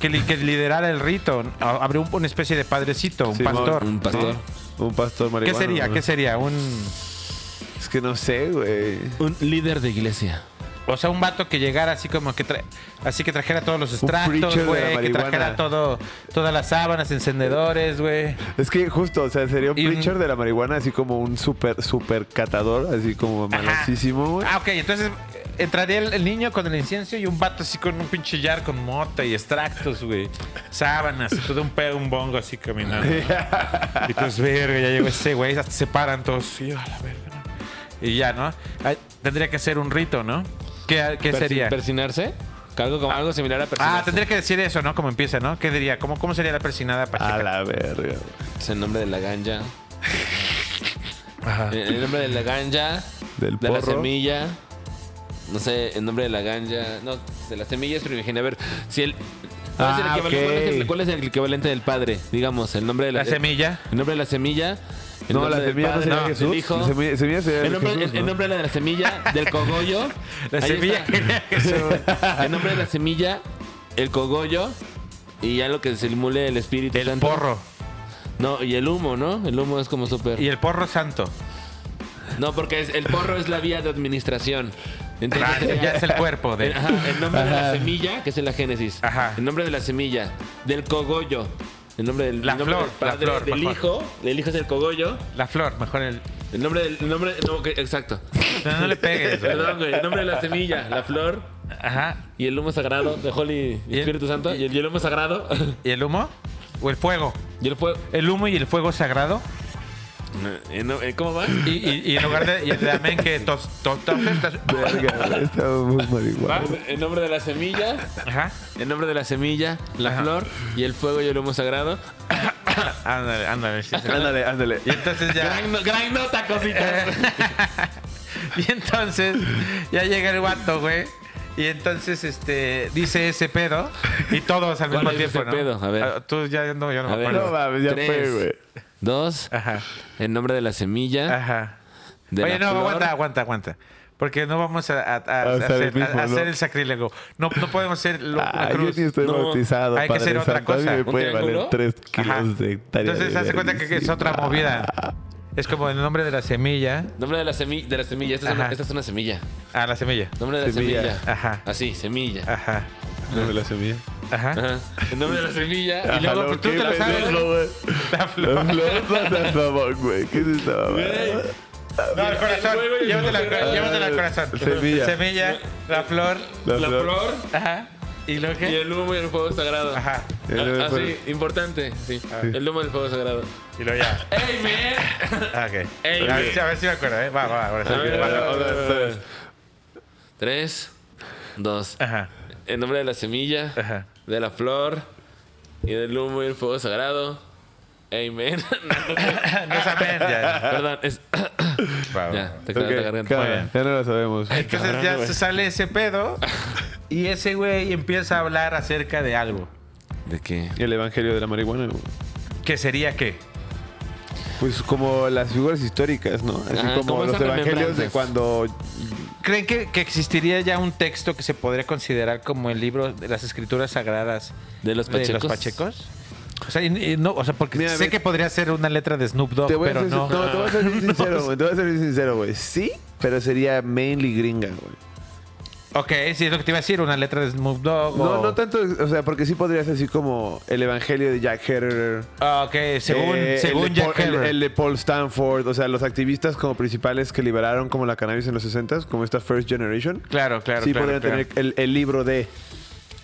S1: que, li- que liderar el rito. ¿no? Habría un- una especie de padrecito, un
S3: Sí,
S1: pastor.
S2: Un pastor.
S3: Un pastor
S1: ¿Qué
S3: marihuana.
S1: sería? ¿Qué sería? Un...
S3: Es que no sé, güey.
S2: Un líder de iglesia.
S1: O sea, un vato que llegara así como que tra- así que trajera todos los
S3: Un preacher de
S1: estratos,
S3: la
S1: güey, que
S3: marihuana.
S1: trajera todo todas las sábanas, encendedores, güey.
S3: Es que justo, o sea, sería un
S1: Y un-
S3: preacher de la marihuana, así como un super, super catador, así como
S1: Ajá.
S3: malosísimo, güey.
S1: Ah, ok, entonces eh, entraría el, el niño con el incienso y un vato así con un pinche jar con mota y extractos, güey. Sábanas, y todo un pedo, un bongo así caminando. ¿no? y pues, verga, ya llegó ese güey, hasta se paran todos. Y, a la verga. y ya, ¿no? Ay, tendría que ser un rito, ¿no? ¿Qué, qué
S2: Persi-
S1: sería?
S2: ¿Persinarse? Algo, como, algo similar a persinarse.
S1: Ah, tendría que decir eso, ¿no? Como empieza, ¿no? ¿Qué diría? ¿Cómo, cómo sería la persinada
S3: A
S2: Ah,
S1: pacheca?
S3: la verga.
S2: Es el nombre de la ganja. Eh,
S1: Ajá.
S2: El nombre de la ganja.
S3: Del
S2: de la
S3: porro.
S2: semilla. No sé, el nombre de la ganja. No, de la semilla es primigenia. A ver, si el. ¿Cuál,
S3: Ah,
S2: es el equivalente, cuál es el-
S3: ok.
S2: cuál es el equivalente del padre? Digamos, el nombre de la,
S1: La semilla.
S2: El nombre de la semilla. el
S3: No,
S2: nombre
S3: la
S2: del
S3: semilla no
S2: padre,
S3: sería
S2: del
S3: Jesús.
S2: hijo.
S3: La semilla, semilla sería
S2: El nombre,
S3: Jesús,
S2: el- el
S3: ¿no?
S2: nombre de la semilla, del cogollo.
S1: La
S2: Ahí
S1: semilla.
S2: está. El nombre de la semilla, el cogollo. Y ya lo que simule el espíritu.
S1: El
S2: Santo.
S1: porro.
S2: No, y el humo, ¿no? El humo es como súper.
S1: Y el porro santo.
S2: No, porque es- el porro es la vía de administración. Entonces,
S1: Ah,
S2: sería-
S1: ya es el cuerpo de...
S2: el, ajá, el nombre de la semilla, que es en la Génesis.
S1: Ajá.
S2: El nombre de la semilla, del cogollo. El nombre del,
S1: La
S2: el nombre
S1: flor,
S2: del padre,
S1: la flor,
S2: del
S1: mejor.
S2: hijo. El hijo es el cogollo.
S1: La flor, mejor el...
S2: El nombre del. el nombre, no, que- exacto.
S1: No, no le pegues. güey.
S2: Perdón, güey. El nombre de la semilla, la flor.
S1: Ajá.
S2: Y el humo sagrado de Holy
S1: Y el-
S2: Espíritu Santo. Y el, y el humo sagrado.
S1: ¿Y el humo? ¿O el fuego?
S2: Y el fuego.
S1: El humo y el fuego sagrado.
S2: Eh, no, eh, ¿Cómo va?
S1: Y, y- y en lugar de... Y el de amén que tos, tos, tos- estás-
S3: Verga, güey, estaba muy
S2: Va,
S3: marihuana.
S2: El nombre de la semilla.
S1: Ajá.
S2: El nombre de la semilla, la
S1: Ajá.
S2: flor. Y el fuego y el humo sagrado.
S1: Ándale, ándale. sí, sí.
S3: Ándale, ándale.
S1: Y entonces ya...
S2: Gran, no- gran nota, cositas.
S1: y entonces ya llega el guato, güey. Y entonces este dice ese pedo y todos al
S2: ¿Cuál
S1: mismo
S2: es
S1: tiempo,
S2: ese
S1: ¿no?
S2: pedo? A ver.
S1: Ah, Tú ya no, yo no me
S2: A ver.
S1: acuerdo.
S3: No mames, ya fue,
S2: Tres.
S3: güey.
S2: Dos.
S1: Ajá.
S2: El nombre de la semilla.
S1: Ajá.
S2: de
S1: Ah. Oye,
S2: la
S1: no,
S2: flor. Ah,
S1: aguanta, aguanta, aguanta. Porque no vamos a, a- a- a
S3: hacer el
S1: hacer, a-
S3: mismo,
S1: a hacer
S3: ¿no?
S1: el sacrílego. No, no podemos ser lo- la
S3: Ah, yo
S1: cruz.
S3: ni estoy
S2: No,
S3: bautizado,
S1: hay que
S3: Padre
S1: hacer otra
S3: Santo, a mí
S1: cosa.
S3: me
S1: ¿Un
S3: puede valer
S2: triángulo?
S3: 3 kilos
S1: Ajá.
S3: de hectárea
S1: Entonces,
S3: de
S1: hace cuenta que, que es otra
S3: verga.
S1: movida. Es como el nombre de la semilla.
S2: Nombre de la semilla. De la semilla. Esta, es
S1: Ajá.
S2: una, esta es una semilla.
S1: Ah, la semilla.
S2: Nombre de la
S3: Semilla.
S2: semilla.
S1: Ajá. Ah.
S2: Así, semilla.
S1: Ajá.
S3: No me la semilla.
S1: Ajá.
S2: Ajá. El nombre de la semilla.
S3: Ajá,
S2: Y luego,
S3: no,
S2: pues, tú
S3: qué
S2: te lo sabes.
S3: pendejo, güey.
S1: La flor.
S3: La flor, no seas mamón, güey. ¿Qué es esta mamada?
S1: No, al corazón.
S2: Luego el
S1: Llévatela al
S2: corazón.
S1: cora- llévatela al corazón.
S3: Ah, Semilla.
S1: Semilla, la flor.
S3: La
S2: La
S3: flor.
S2: flor
S1: Ajá. ¿Y lo
S2: y
S1: que?
S2: el humo y el fuego sagrado. Ajá.
S1: Ajá.
S3: El humo y el Ah.
S2: Así, importante. Sí. El humo y el fuego sagrado.
S1: Y lo ya.
S2: ¡Ey, man!
S1: Ah, Ok.
S2: Ey,
S1: a,
S2: güey.
S1: ver, si- a ver si me acuerdo, ¿eh? Va, va, ahora sí.
S2: A ver,
S1: Va, va.
S2: a ver, a ver. Tres, dos.
S1: Ajá.
S2: El nombre de la semilla,
S1: Ajá.
S2: de la flor y del humo y el fuego sagrado. Amen. No,
S1: No es amén, ya.
S2: Perdón, es.
S1: Va, va.
S2: ya, te
S3: Ah. Ok,
S2: quedas la garganta.
S3: claro,
S1: Muy bien.
S3: ya no la sabemos.
S1: Entonces ya se sale ese pedo y ese güey empieza a hablar acerca de algo.
S2: ¿De qué?
S3: El evangelio de la marihuana, güey.
S1: ¿Qué sería qué?
S3: Pues como las figuras históricas, ¿no? Así
S2: Ajá,
S3: como
S2: como
S3: los
S2: esas
S3: evangelios de
S2: remembranzas.
S3: cuando...
S1: ¿Creen que, que existiría ya un texto que se podría considerar como el libro de las escrituras sagradas
S2: ¿De los
S1: de los
S2: pachecos?
S1: pachecos? O sea, y- y no, o sea, porque
S3: Mira,
S1: sé
S3: ve-
S1: que podría ser una letra de Snoop Dogg,
S3: Te voy a
S1: pero
S3: ser-
S1: no.
S3: te voy a ser bien sincero, güey. Te voy a ser bien sincero, güey. Sí, pero sería mainly gringa, güey.
S1: Ok, sí, es lo que te iba a decir, una letra de Snoop Dogg.
S3: No,
S1: o-
S3: no tanto, o sea, porque sí podrías así como el evangelio de Jack Herrer.
S1: Ah, Ok, según,
S3: eh,
S1: según
S3: el de
S1: Jack
S3: Paul- el-
S1: Herrer.
S3: el de Paul Stanford, o sea, los activistas como principales que liberaron como la cannabis en los 60s, como esta First Generation.
S1: Claro, claro,
S3: sí
S1: claro,
S3: podrían
S1: claro.
S3: tener el, el libro de...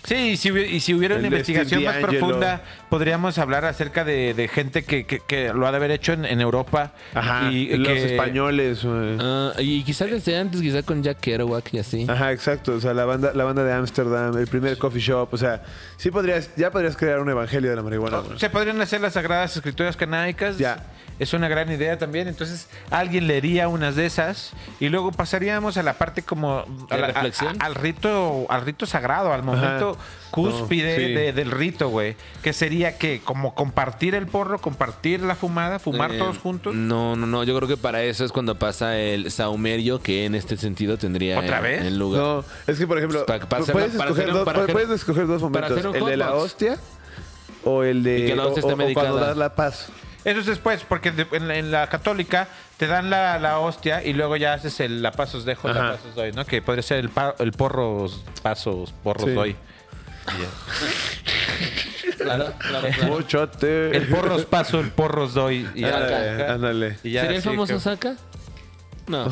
S1: Sí, y si hubiera, y si hubiera
S3: El
S1: una
S3: de
S1: investigación
S3: Steve
S1: más
S3: D'Angelo.
S1: profunda, podríamos hablar acerca de, de gente que, que- que lo ha de haber hecho en, en Europa.
S3: Ajá,
S1: y
S3: los
S1: que-
S3: españoles. güey.
S2: Ah, y quizás desde antes, quizás con Jack Kerouac y así.
S3: Ajá, exacto. O sea, la banda, la banda de Ámsterdam, el primer coffee shop. O sea, sí podrías, ya podrías crear un evangelio de la marihuana. güey.
S1: Se podrían hacer las sagradas escrituras canábicas.
S3: Ya.
S1: Es una gran idea también. Entonces, alguien leería unas de esas y luego pasaríamos a la parte como a
S2: ¿De
S1: la- a-
S2: reflexión?
S1: a- al rito, al rito sagrado, al momento cúspide
S3: No, sí.
S1: de- del rito, güey. Que sería que como compartir el porro, compartir la fumada, fumar
S2: Eh,
S1: todos juntos.
S2: No, no, no. Yo creo que para eso es cuando pasa el saumerio, que en este sentido tendría
S1: ¿Otra
S2: el,
S1: vez?
S2: el lugar.
S3: No, es que por ejemplo,
S2: Pues, para- para hacer-
S3: puedes,
S2: para
S3: escoger
S2: hacer-
S3: dos,
S2: para hacer-
S3: puedes escoger dos
S2: para
S3: momentos,
S2: hacer un
S3: el
S2: hot
S3: de la
S2: dogs.
S3: hostia o el de
S2: Y que la
S3: o-
S2: hostia
S3: o-
S2: esté
S3: o cuando
S2: medicada.
S3: das la paz.
S1: Eso es después, porque de- en, la, en la católica te dan la, la hostia y luego ya haces el la pasos dejo, la
S3: Ajá.
S1: pasos doy, ¿no? Que podría ser el, pa- el porros, pasos, porros
S3: Sí.
S1: doy.
S2: Claro, claro, claro.
S3: Mochote.
S1: El porros paso, el porros doy. Y ya,
S3: Ándale, ándale.
S1: y ya
S2: ¿Sería el
S1: así
S2: famoso
S1: que-
S2: saca? No.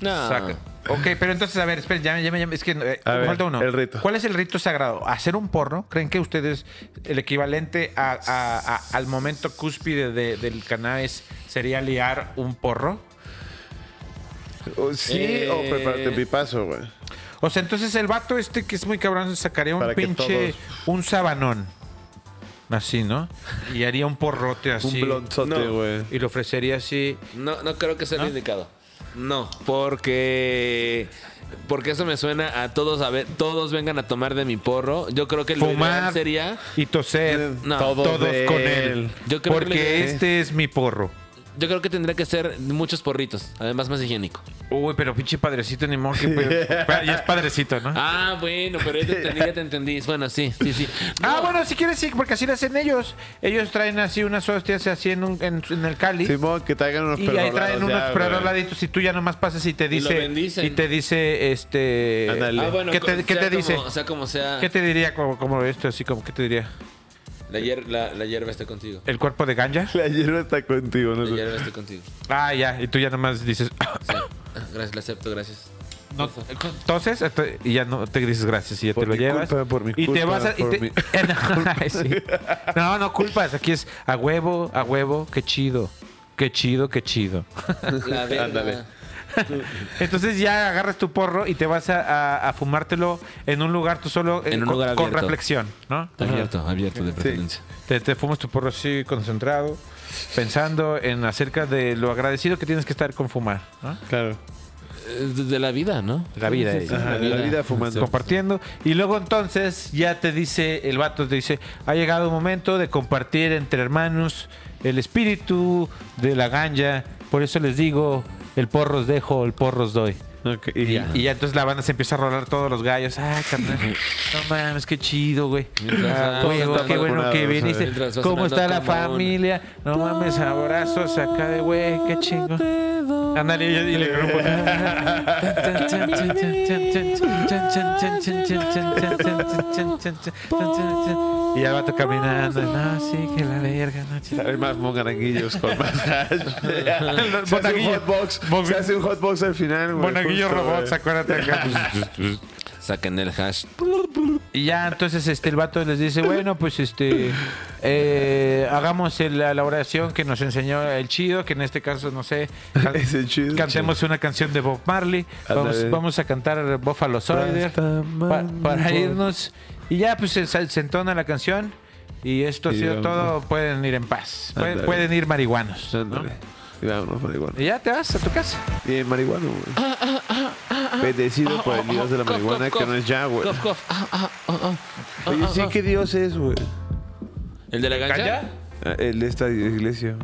S2: No.
S1: saca. Ok, pero entonces, a ver, esperen, ya, me- ya, me- ya me- es que eh,
S3: A ver,
S1: falta uno.
S3: el rito.
S1: ¿Cuál es el rito sagrado? ¿Hacer un porno? ¿Creen que ustedes el equivalente a, a- a- al momento cúspide de- del cannabis sería liar un porro?
S3: O sí,
S2: Eh.
S3: o prepárate pipazo, güey.
S1: O sea, entonces el vato este que es muy cabrón sacaría un
S3: Para que
S1: pinche,
S3: todos-
S1: un sabanón. Así, ¿no? Y haría un porrote así.
S3: Un eh. blonzote, güey.
S1: Y lo ofrecería así.
S2: No, no creo que sea el indicado. No, porque porque eso me suena a todos a ver, todos vengan a tomar de mi porro. Yo creo que lo
S1: Fumar
S2: ideal sería
S1: y toser
S2: Eh, No.
S1: todos,
S3: Todos de
S1: con él.
S3: él.
S2: Yo creo que
S1: porque
S2: le-
S1: este es mi porro.
S2: yo creo que tendría que ser muchos porritos, además más higiénico.
S1: Uy, pero pinche padrecito ni modo que- pero- ya es padrecito, ¿no? Ah,
S2: Ah, bueno, pero ya te entendí, ya te entendí. Bueno, sí, sí, sí. No,
S1: Ah, bueno, si quieres sí, porque así lo hacen ellos. Ellos traen así unas hostias así en, un- en- en el cáliz.
S3: Simón, que te hagan unos
S1: y ahí traen unos
S3: perrolados
S1: perroladitos y tú ya nomás pasas y te
S2: Y lo
S1: dice
S2: bendicen.
S1: y te dice este
S3: Ándale.
S2: Ah, bueno,
S1: ¿Qué te-
S2: co-
S1: qué
S2: sea
S1: te dice?
S2: Como, sea como sea,
S1: ¿Qué te diría como, como esto así como qué te diría?
S2: la, hier- la- la hierba está contigo.
S1: ¿El cuerpo de ganja?
S3: La hierba está contigo, no
S2: La
S3: sé.
S2: hierba está contigo.
S1: Ah, ya, y tú ya nomás dices
S2: Sí. Ah, Gracias, la acepto, gracias.
S1: no, entonces ent- y ya no te dices gracias y ya
S3: Por
S1: te lo
S3: mi
S1: llevas.
S3: culpa, por mi
S1: y te
S3: culpa,
S1: vas a, y
S3: por
S1: te- eh,
S3: mi-
S1: Ay, sí. No, no culpas, aquí es a huevo, a huevo, qué chido. Qué chido, qué chido.
S2: La verga.
S3: Ándale.
S1: Entonces ya agarras tu porro y te vas a, a- a fumártelo en un lugar tú solo eh,
S2: En un
S1: con,
S2: lugar
S1: con
S2: abierto.
S1: reflexión, ¿no?
S2: Abierto, abierto de preferencia.
S1: Te, te fumas tu porro así concentrado, pensando en acerca de lo agradecido que tienes que estar con fumar, ¿no?
S3: Claro.
S2: Eh, De de la vida, ¿no?
S1: La vida, eh.
S3: Ajá, la vida fumando.
S1: compartiendo. Y luego entonces ya te dice, el vato te dice, ha llegado el momento de compartir entre hermanos el espíritu de la ganja. Por eso les digo, el porros dejo, el porros doy.
S3: Ok, y-
S1: Y ya. y ya entonces la banda se empieza a rolar todos los gallos. Ah, carnal. No mames, qué chido, güey.
S2: Mientras
S1: Ah,
S2: vas-
S1: huevo,
S2: Todos
S1: qué
S2: están
S1: bueno que
S3: vacunados,
S1: viniste.
S3: ¿sabes?
S2: Mientras vas
S1: ¿Cómo está la
S2: sonando como un-
S1: familia? No mames, abrazos acá de güey, qué chingo. Ándale, y y le grupo. Y ya va tú caminando. No, sí, que la verga, no chingada.
S3: Hay más monaguillos con más hash. se hace un
S1: Monaguillo.
S3: hotbox.
S1: Mon-
S3: Se hace un hotbox al final, güey.
S1: Monaguillo
S3: justo,
S1: robots,
S3: güey.
S1: acuérdate acá.
S2: Saquen el hash.
S1: Y ya entonces este el vato les dice, bueno, pues este eh, hagamos el- la, la oración que nos enseñó el chido, que en este caso no sé, can-
S3: Ese chido.
S1: cantemos una canción de Bob Marley, vamos,
S3: Ándale.
S1: vamos a cantar Buffalo Soldier pa- para irnos y ya pues se, se entona la canción y esto ha
S3: Y
S1: sido
S3: vamos.
S1: todo, pueden ir en paz, Pueden-
S3: Ándale.
S1: pueden ir marihuanos. ¿no?
S3: Ándale. Y vámonos, marihuana.
S1: Y ya te vas a tu casa.
S3: Y el marihuano, güey. Bendecido por el dios de la marihuana, que no es ya, güey.
S2: Cof, cof. Ah, ah, ah, ah.
S3: Oye, sí, ¿qué dios es, güey?
S2: ¿El de la gancha?
S3: Ah, El de esta iglesia.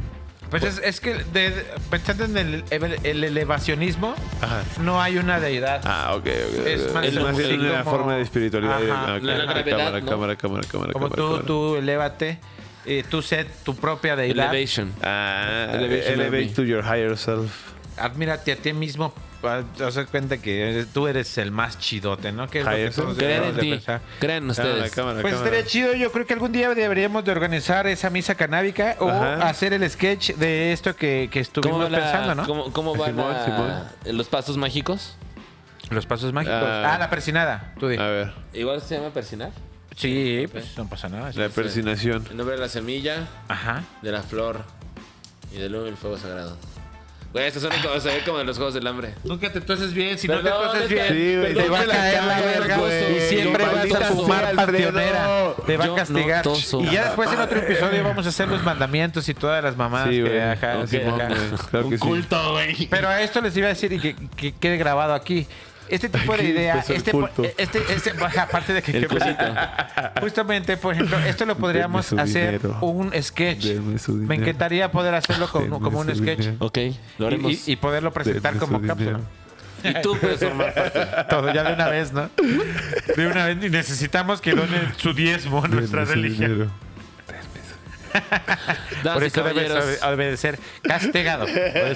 S1: Pues es, es que de- pensando en el, el elevacionismo, no hay una deidad.
S3: Ah, ok, ok.
S1: Es más
S3: es más
S1: como-
S3: bien una
S1: como-
S3: forma de espiritualidad.
S1: Ajá,
S3: Ah, ok.
S2: la
S3: Ah,
S2: gravedad,
S3: cámara,
S2: ¿no?
S3: cámara, cámara, cámara,
S1: Como
S3: cámara,
S1: tú,
S3: cámara.
S1: tú, elévate. eh, tú sé tu propia deidad.
S2: Elevation.
S3: Ah,
S2: Elevation
S3: elevate
S2: of
S3: to your higher self.
S1: Admírate a ti mismo. ah, Te vas a dar cuenta que eres- tú eres el más chidote, ¿no? Que es lo que
S3: Ay, eso.
S1: todos
S2: Crean en
S1: deberíamos de
S2: ti.
S1: pensar.
S2: Crean ustedes.
S3: Ah, Cámara, cámara,
S1: Pues
S3: cámara.
S1: estaría chido, yo creo que algún día deberíamos de organizar esa misa canábica o
S3: Ajá.
S1: hacer el sketch de esto que, que
S2: ¿Cómo
S1: estuvimos
S2: van, la-
S1: pensando, ¿no?
S2: cómo- cómo van
S3: Simón,
S2: la- los pasos mágicos?
S1: Los pasos mágicos.
S3: Ah.
S1: Ah, la persinada. Tú di.
S3: A ver,
S2: Igual se llama persinar.
S1: Sí, pues no pasa nada.
S3: la persinación.
S2: El nombre de la semilla,
S1: Ajá.
S2: de la flor y del humo y el fuego sagrado. Güey, esto suena como, se ve como de los Juegos del Hambre.
S1: Nunca te toses bien, si
S2: Perdón,
S1: no te toses
S2: es
S1: bien.
S2: que-
S3: Sí, güey,
S2: perdón
S1: Te va a
S2: que la
S1: caer la
S2: cago,
S1: verga
S2: güey.
S1: y siempre
S2: Yo
S1: vas a
S2: maldita sea,
S1: fumar
S3: Alfredo.
S1: panteonera. Te va a
S2: Yo
S1: castigar.
S2: no toso.
S1: y ya después en otro episodio vamos a hacer los mandamientos y todas las mamadas. que
S3: Sí, güey.
S1: ajá,
S3: Ok,
S1: sí, ajá.
S3: güey, Claro que sí.
S1: Pero a esto les iba a decir y que, que quede grabado aquí. Este tipo de
S3: Aquí
S1: idea,
S3: empezó el
S1: este, po-
S3: culto.
S1: este, este- aparte de que,
S2: El
S1: que-
S2: cosito.
S1: justamente, por ejemplo, esto lo podríamos
S3: Denme su
S1: hacer
S3: dinero.
S1: un sketch.
S3: Denme su
S1: Me
S3: dinero.
S1: encantaría poder hacerlo como,
S3: Denme
S1: como un
S3: su
S1: sketch
S3: dinero.
S2: Ok, lo
S1: y,
S2: haremos.
S1: y- y poderlo presentar
S3: Denme
S1: como
S3: su
S1: cápsula.
S3: dinero.
S2: Y tú pues, puedes formar parte.
S1: Todo, ya de una vez, ¿no? De una vez. Y necesitamos que donen su diezmo a nuestra
S3: Denme su
S1: religión.
S3: dinero.
S2: Damas
S1: Por
S2: y
S1: eso debes
S2: caballeros.
S1: obe- obedecer castigado. El, el,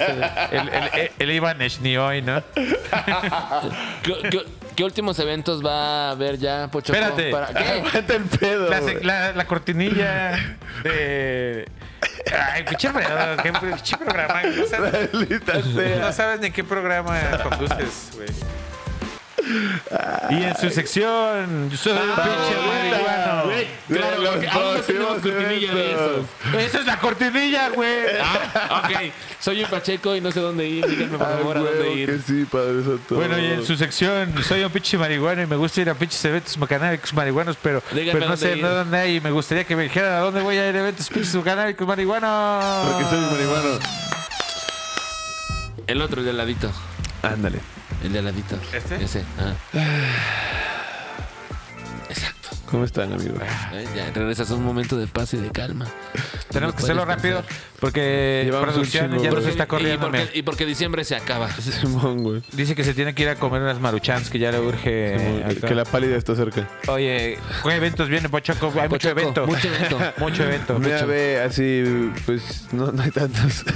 S1: el, el Iván Eshnioi, ¿no?
S2: ¿Qué, qué, qué últimos eventos va a haber ya, Pocho?
S1: Espérate.
S2: Para- ¿Qué?
S3: Aguanta el pedo.
S1: La,
S3: güey.
S1: sec- la, la cortinilla de. Ay, pinche Alfredo, qué pinche programa. No sabes,
S3: Maldita
S1: no
S3: sea.
S1: sabes ni qué programa conduces, güey. Y en su sección. Soy un pinche marihuano.
S2: Claro,
S3: Los
S2: porque aún no tenemos
S3: próximos
S2: cortinilla de
S3: eventos.
S1: Esa es la cortinilla, güey.
S2: Ah, ok. Soy un Pacheco y no sé dónde ir. Díganme, por
S3: Ah,
S2: favor, a dónde
S3: huevo que
S2: ir.
S3: sí, Padre Santo.
S1: Bueno, y en su sección, soy un pinche marihuano y me gusta ir a pinches eventos canábicos marihuanos, pero,
S2: Díganme
S1: pero no
S2: dónde
S1: sé
S2: ir.
S1: no dónde hay y me gustaría que me dijeran a dónde voy a ir a eventos pinches canábicos marihuanos.
S3: Porque soy marihuano.
S2: El otro, el de al ladito.
S3: Ándale.
S2: El de al ladito.
S1: ¿Este?
S2: Ese. Ah. Exacto.
S3: ¿Cómo están, amigos?
S1: Ah,
S2: Ay, ya regresas a un momento de paz y de calma.
S1: Tenemos
S2: No
S1: que hacerlo
S2: puedes
S1: rápido
S2: pensar.
S1: porque
S3: Llevamos un
S1: producción
S3: chingo,
S1: ya nos
S3: güey.
S1: está corriendo.
S2: Y porque, y porque diciembre se acaba.
S3: Simón, güey.
S1: mira. Dice que se tiene que ir a comer unas maruchans que ya le urge.
S3: Simón,
S1: acá.
S3: Que la pálida está cerca.
S1: Oye, ¿qué eventos viene, Pochoco? Hay mucho
S2: Pochoco,
S1: evento.
S2: mucho evento.
S1: Mucho evento.
S3: Mira,
S1: Mucho.
S3: ve, así, pues no, no hay tantos.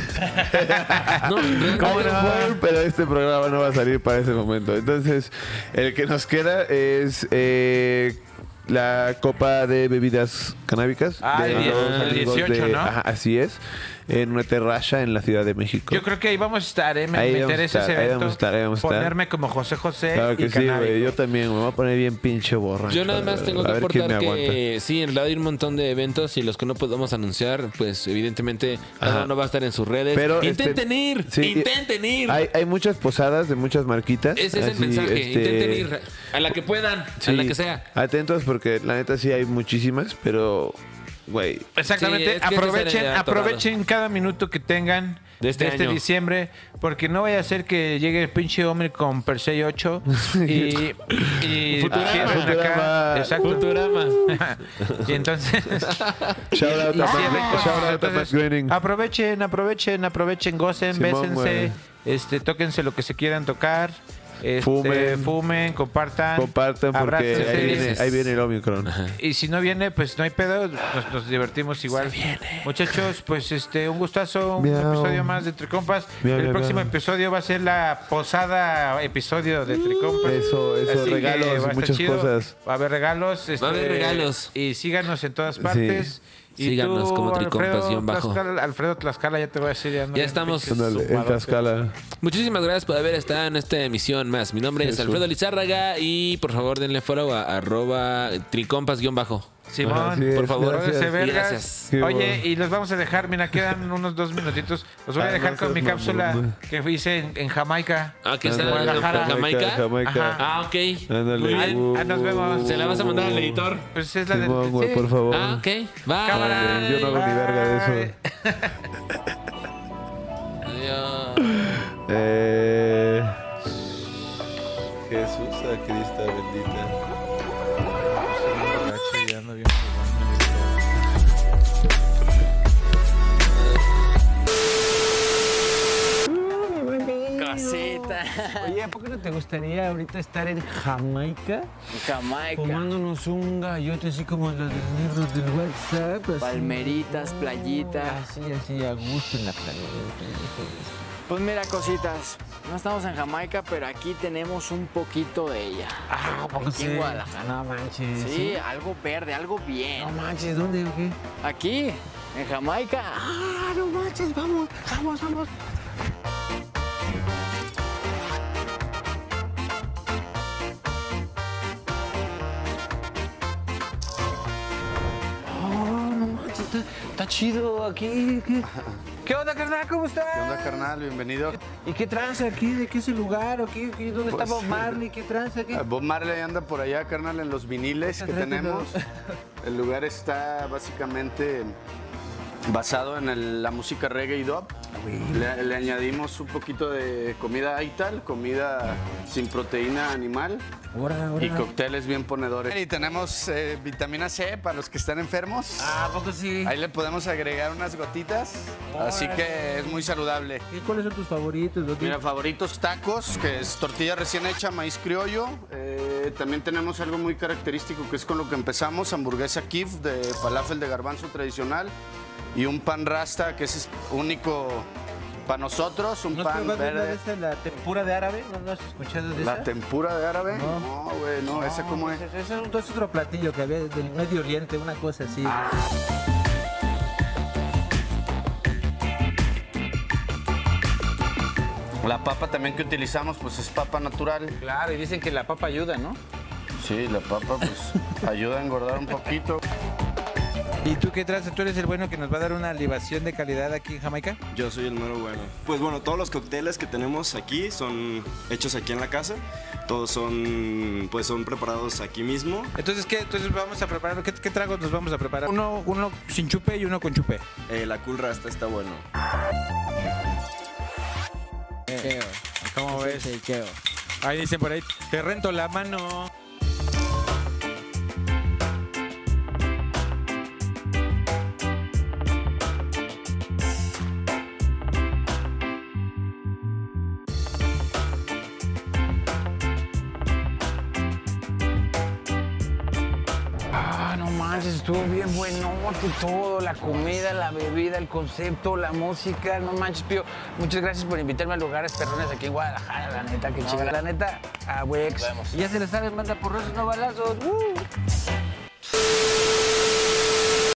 S2: No,
S3: Ah, ¿Cómo
S2: realmente-
S3: no? Pero este programa no va a salir para ese momento. Entonces, el que nos queda es eh, la copa de bebidas canábicas.
S1: Ah,
S3: de
S1: el
S3: los
S1: die- el
S3: amigos
S1: 18, ¿no?
S3: Ajá, así es. En una terraza en la Ciudad de México.
S1: Yo creo que ahí vamos a estar, ¿eh? Me,
S3: Ahí
S1: me
S3: vamos a
S1: interesa ese
S3: estar, ahí
S1: evento.
S3: vamos a estar, ahí vamos a estar.
S1: Ponerme como José José.
S3: Claro que
S1: y
S3: sí,
S1: canábico.
S3: güey. Yo también me voy a poner bien pinche borracho.
S2: Yo nada más tengo
S3: A
S2: que
S3: ver quién
S2: aportar
S3: me aguanta.
S2: que sí, en realidad hay un montón de eventos y los que no podemos anunciar, pues evidentemente cada
S3: Ajá.
S2: uno va a estar en sus redes.
S3: Pero,
S2: intenten
S3: este,
S2: ir,
S3: sí,
S2: intenten ir.
S3: Hay, hay muchas posadas de muchas marquitas.
S2: Ese es el
S3: así,
S2: mensaje,
S3: este,
S2: intenten ir a la que puedan,
S3: sí,
S2: a la que sea.
S3: Atentos porque la neta sí hay muchísimas, pero, güey,
S1: Exactamente,
S2: Sí, es que ese es
S1: aprovechen,
S2: el dato
S1: aprovechen cada minuto que tengan
S2: De este año.
S1: diciembre, porque no vaya a ser que llegue el pinche hombre con Persei 8 y, y
S2: Futurama.
S1: cierren
S3: Futurama.
S1: Exacto.
S2: Futurama.
S1: y entonces
S3: Shout out
S1: y
S3: a
S1: cierren
S3: Matt-
S1: con-
S3: shout out a
S1: entonces,
S3: Matt Groening.
S1: aprovechen, aprovechen, aprovechen, gocen,
S3: Simón,
S1: bésense,
S3: güey.
S1: este, tóquense lo que se quieran tocar. este,
S3: Fumen.
S1: fumen, compartan,
S3: Compartan porque
S1: abrácense.
S3: ahí viene, ahí viene el Omicron.
S1: Y si no viene, pues no hay pedo, nos, nos divertimos igual. Muchachos, pues este, un gustazo, un
S3: Miau.
S1: episodio más de Tricompas.
S3: Miau,
S1: el
S3: miau,
S1: próximo
S3: miau.
S1: episodio va a ser la posada episodio de Tricompas.
S3: Eso, eso,
S1: que
S3: regalos,
S1: va a estar
S3: muchas cosas.
S1: Va a haber regalos. este,
S2: haber regalos.
S1: Y síganos en todas partes. Y
S2: Síganos como Tricompas, guión bajo.
S1: Tlaxcala, Alfredo Tlaxcala, ya te voy a decir. ando
S2: Ya
S1: bien
S2: estamos.
S1: pinche
S3: Ándale, en
S1: zumbado.
S3: Tlaxcala.
S2: Muchísimas gracias por haber estado en esta emisión más. Mi nombre es Alfredo Lizárraga y por favor denle follow a arroba tricompas-bajo.
S1: Simón,
S3: Así es,
S1: por favor,
S3: gracias.
S1: ese vergas.
S2: Gracias.
S3: Qué
S1: Oye,
S3: bueno.
S1: y los vamos a dejar, mira, quedan unos dos minutitos. Los voy a
S3: Ah,
S1: dejar
S3: no
S1: con
S3: seas
S1: mi cápsula
S3: mamón,
S1: que hice en, en Jamaica.
S2: Ah, que está en
S1: Ándale.
S2: Guadalajara, Jamaica.
S3: Jamaica.
S2: Ah, ok.
S3: Ándale.
S2: Muy bien.
S3: Uh,
S1: Ah, nos vemos.
S2: Se la vas a mandar al editor.
S1: Pues es la de...
S3: Simón, güey,
S1: sí.
S3: por favor.
S2: Ah, ok. Bye.
S1: Cámara.
S3: Yo no hago ni verga de eso.
S2: Adiós.
S3: Eh, Jesús, a Cristo bendita.
S11: Oye, ¿por qué no te gustaría ahorita estar en Jamaica?
S12: Jamaica,
S11: Fumándonos un gallote así como los del libro del WhatsApp. así.
S12: palmeritas, playitas.
S11: Así, Ah, así, a gusto en la playa.
S12: Pues mira, cositas, no estamos en Jamaica, pero aquí tenemos un poquito de ella.
S11: Ah, ¿por qué
S12: Aquí en
S11: sí?
S12: Guadalajara.
S11: No manches.
S12: Sí, algo verde, algo bien.
S11: No manches, ¿dónde o qué?
S12: Aquí, en Jamaica.
S11: Ah, no manches, vamos, vamos, vamos. Oh, no manches, está, está chido aquí. ¿Qué, ¿Qué onda, carnal? ¿Cómo estás? ¿Qué onda, carnal? Bienvenido. ¿Y qué tranza aquí? ¿De qué es el lugar? ¿O qué, qué- ¿Dónde está Bob Marley? ¿Qué tranza aquí?
S5: Pues, eh, Bob Marley anda por allá, carnal, en los viniles que tenemos. El lugar está básicamente basado en el- la música reggae y dub. Le, le añadimos un poquito de comida aital, comida sin proteína animal
S11: Ahora, ahora.
S5: y cócteles bien ponedores. Ah. Y tenemos eh, vitamina C para los que están enfermos.
S11: Ah, ¿a poco sí?
S5: Ahí le podemos agregar unas gotitas, así que es muy saludable.
S11: ¿Y ¿Cuáles son tus favoritos? ¿Los
S5: Mira, favoritos tacos, que es tortilla recién hecha, maíz criollo. Eh, también tenemos algo muy característico que es con lo que empezamos, hamburguesa kif de falafel de garbanzo tradicional. y un pan rasta que ese es único para nosotros, un
S13: ¿No has
S5: pan
S13: probado una de
S3: este
S5: verde.
S13: esas, la tempura de árabe? ¿No, no has escuchado de
S5: ¿La
S13: esa?
S5: tempura de árabe?
S13: No.
S5: No, güey, no,
S13: No,
S5: esa cómo es.
S13: ese- ese es, es otro platillo que había del Medio Oriente, una cosa así.
S5: La papa también que utilizamos, pues es papa natural.
S12: Claro, y dicen que la papa ayuda, ¿no?
S5: Sí, la papa pues ayuda a engordar un poquito.
S1: ¿Y tú qué traes? ¿Tú eres el bueno que nos va a dar una libación de calidad aquí en Jamaica?
S11: Yo soy el mero bueno. Pues bueno, todos los cócteles que tenemos aquí son hechos aquí en la casa. Todos son, pues son preparados aquí mismo.
S1: Entonces, ¿qué? Entonces vamos a preparar, ¿qué, qué tragos nos vamos a preparar? Uno, uno sin chupe y uno con chupe.
S11: Eh, la cool rasta está bueno.
S1: ¿Cómo ves? Ahí dicen por ahí, te rento la mano.
S12: Ah, no manches, estuvo bien buenote todo, la comida, la bebida, el concepto, la música, no manches, Pío. Muchas gracias por invitarme a lugares perrones aquí en Guadalajara, la neta, que chingada. La uh. neta, a Wex. Ya se le saben, manda porros, no balazos. ¡Uh!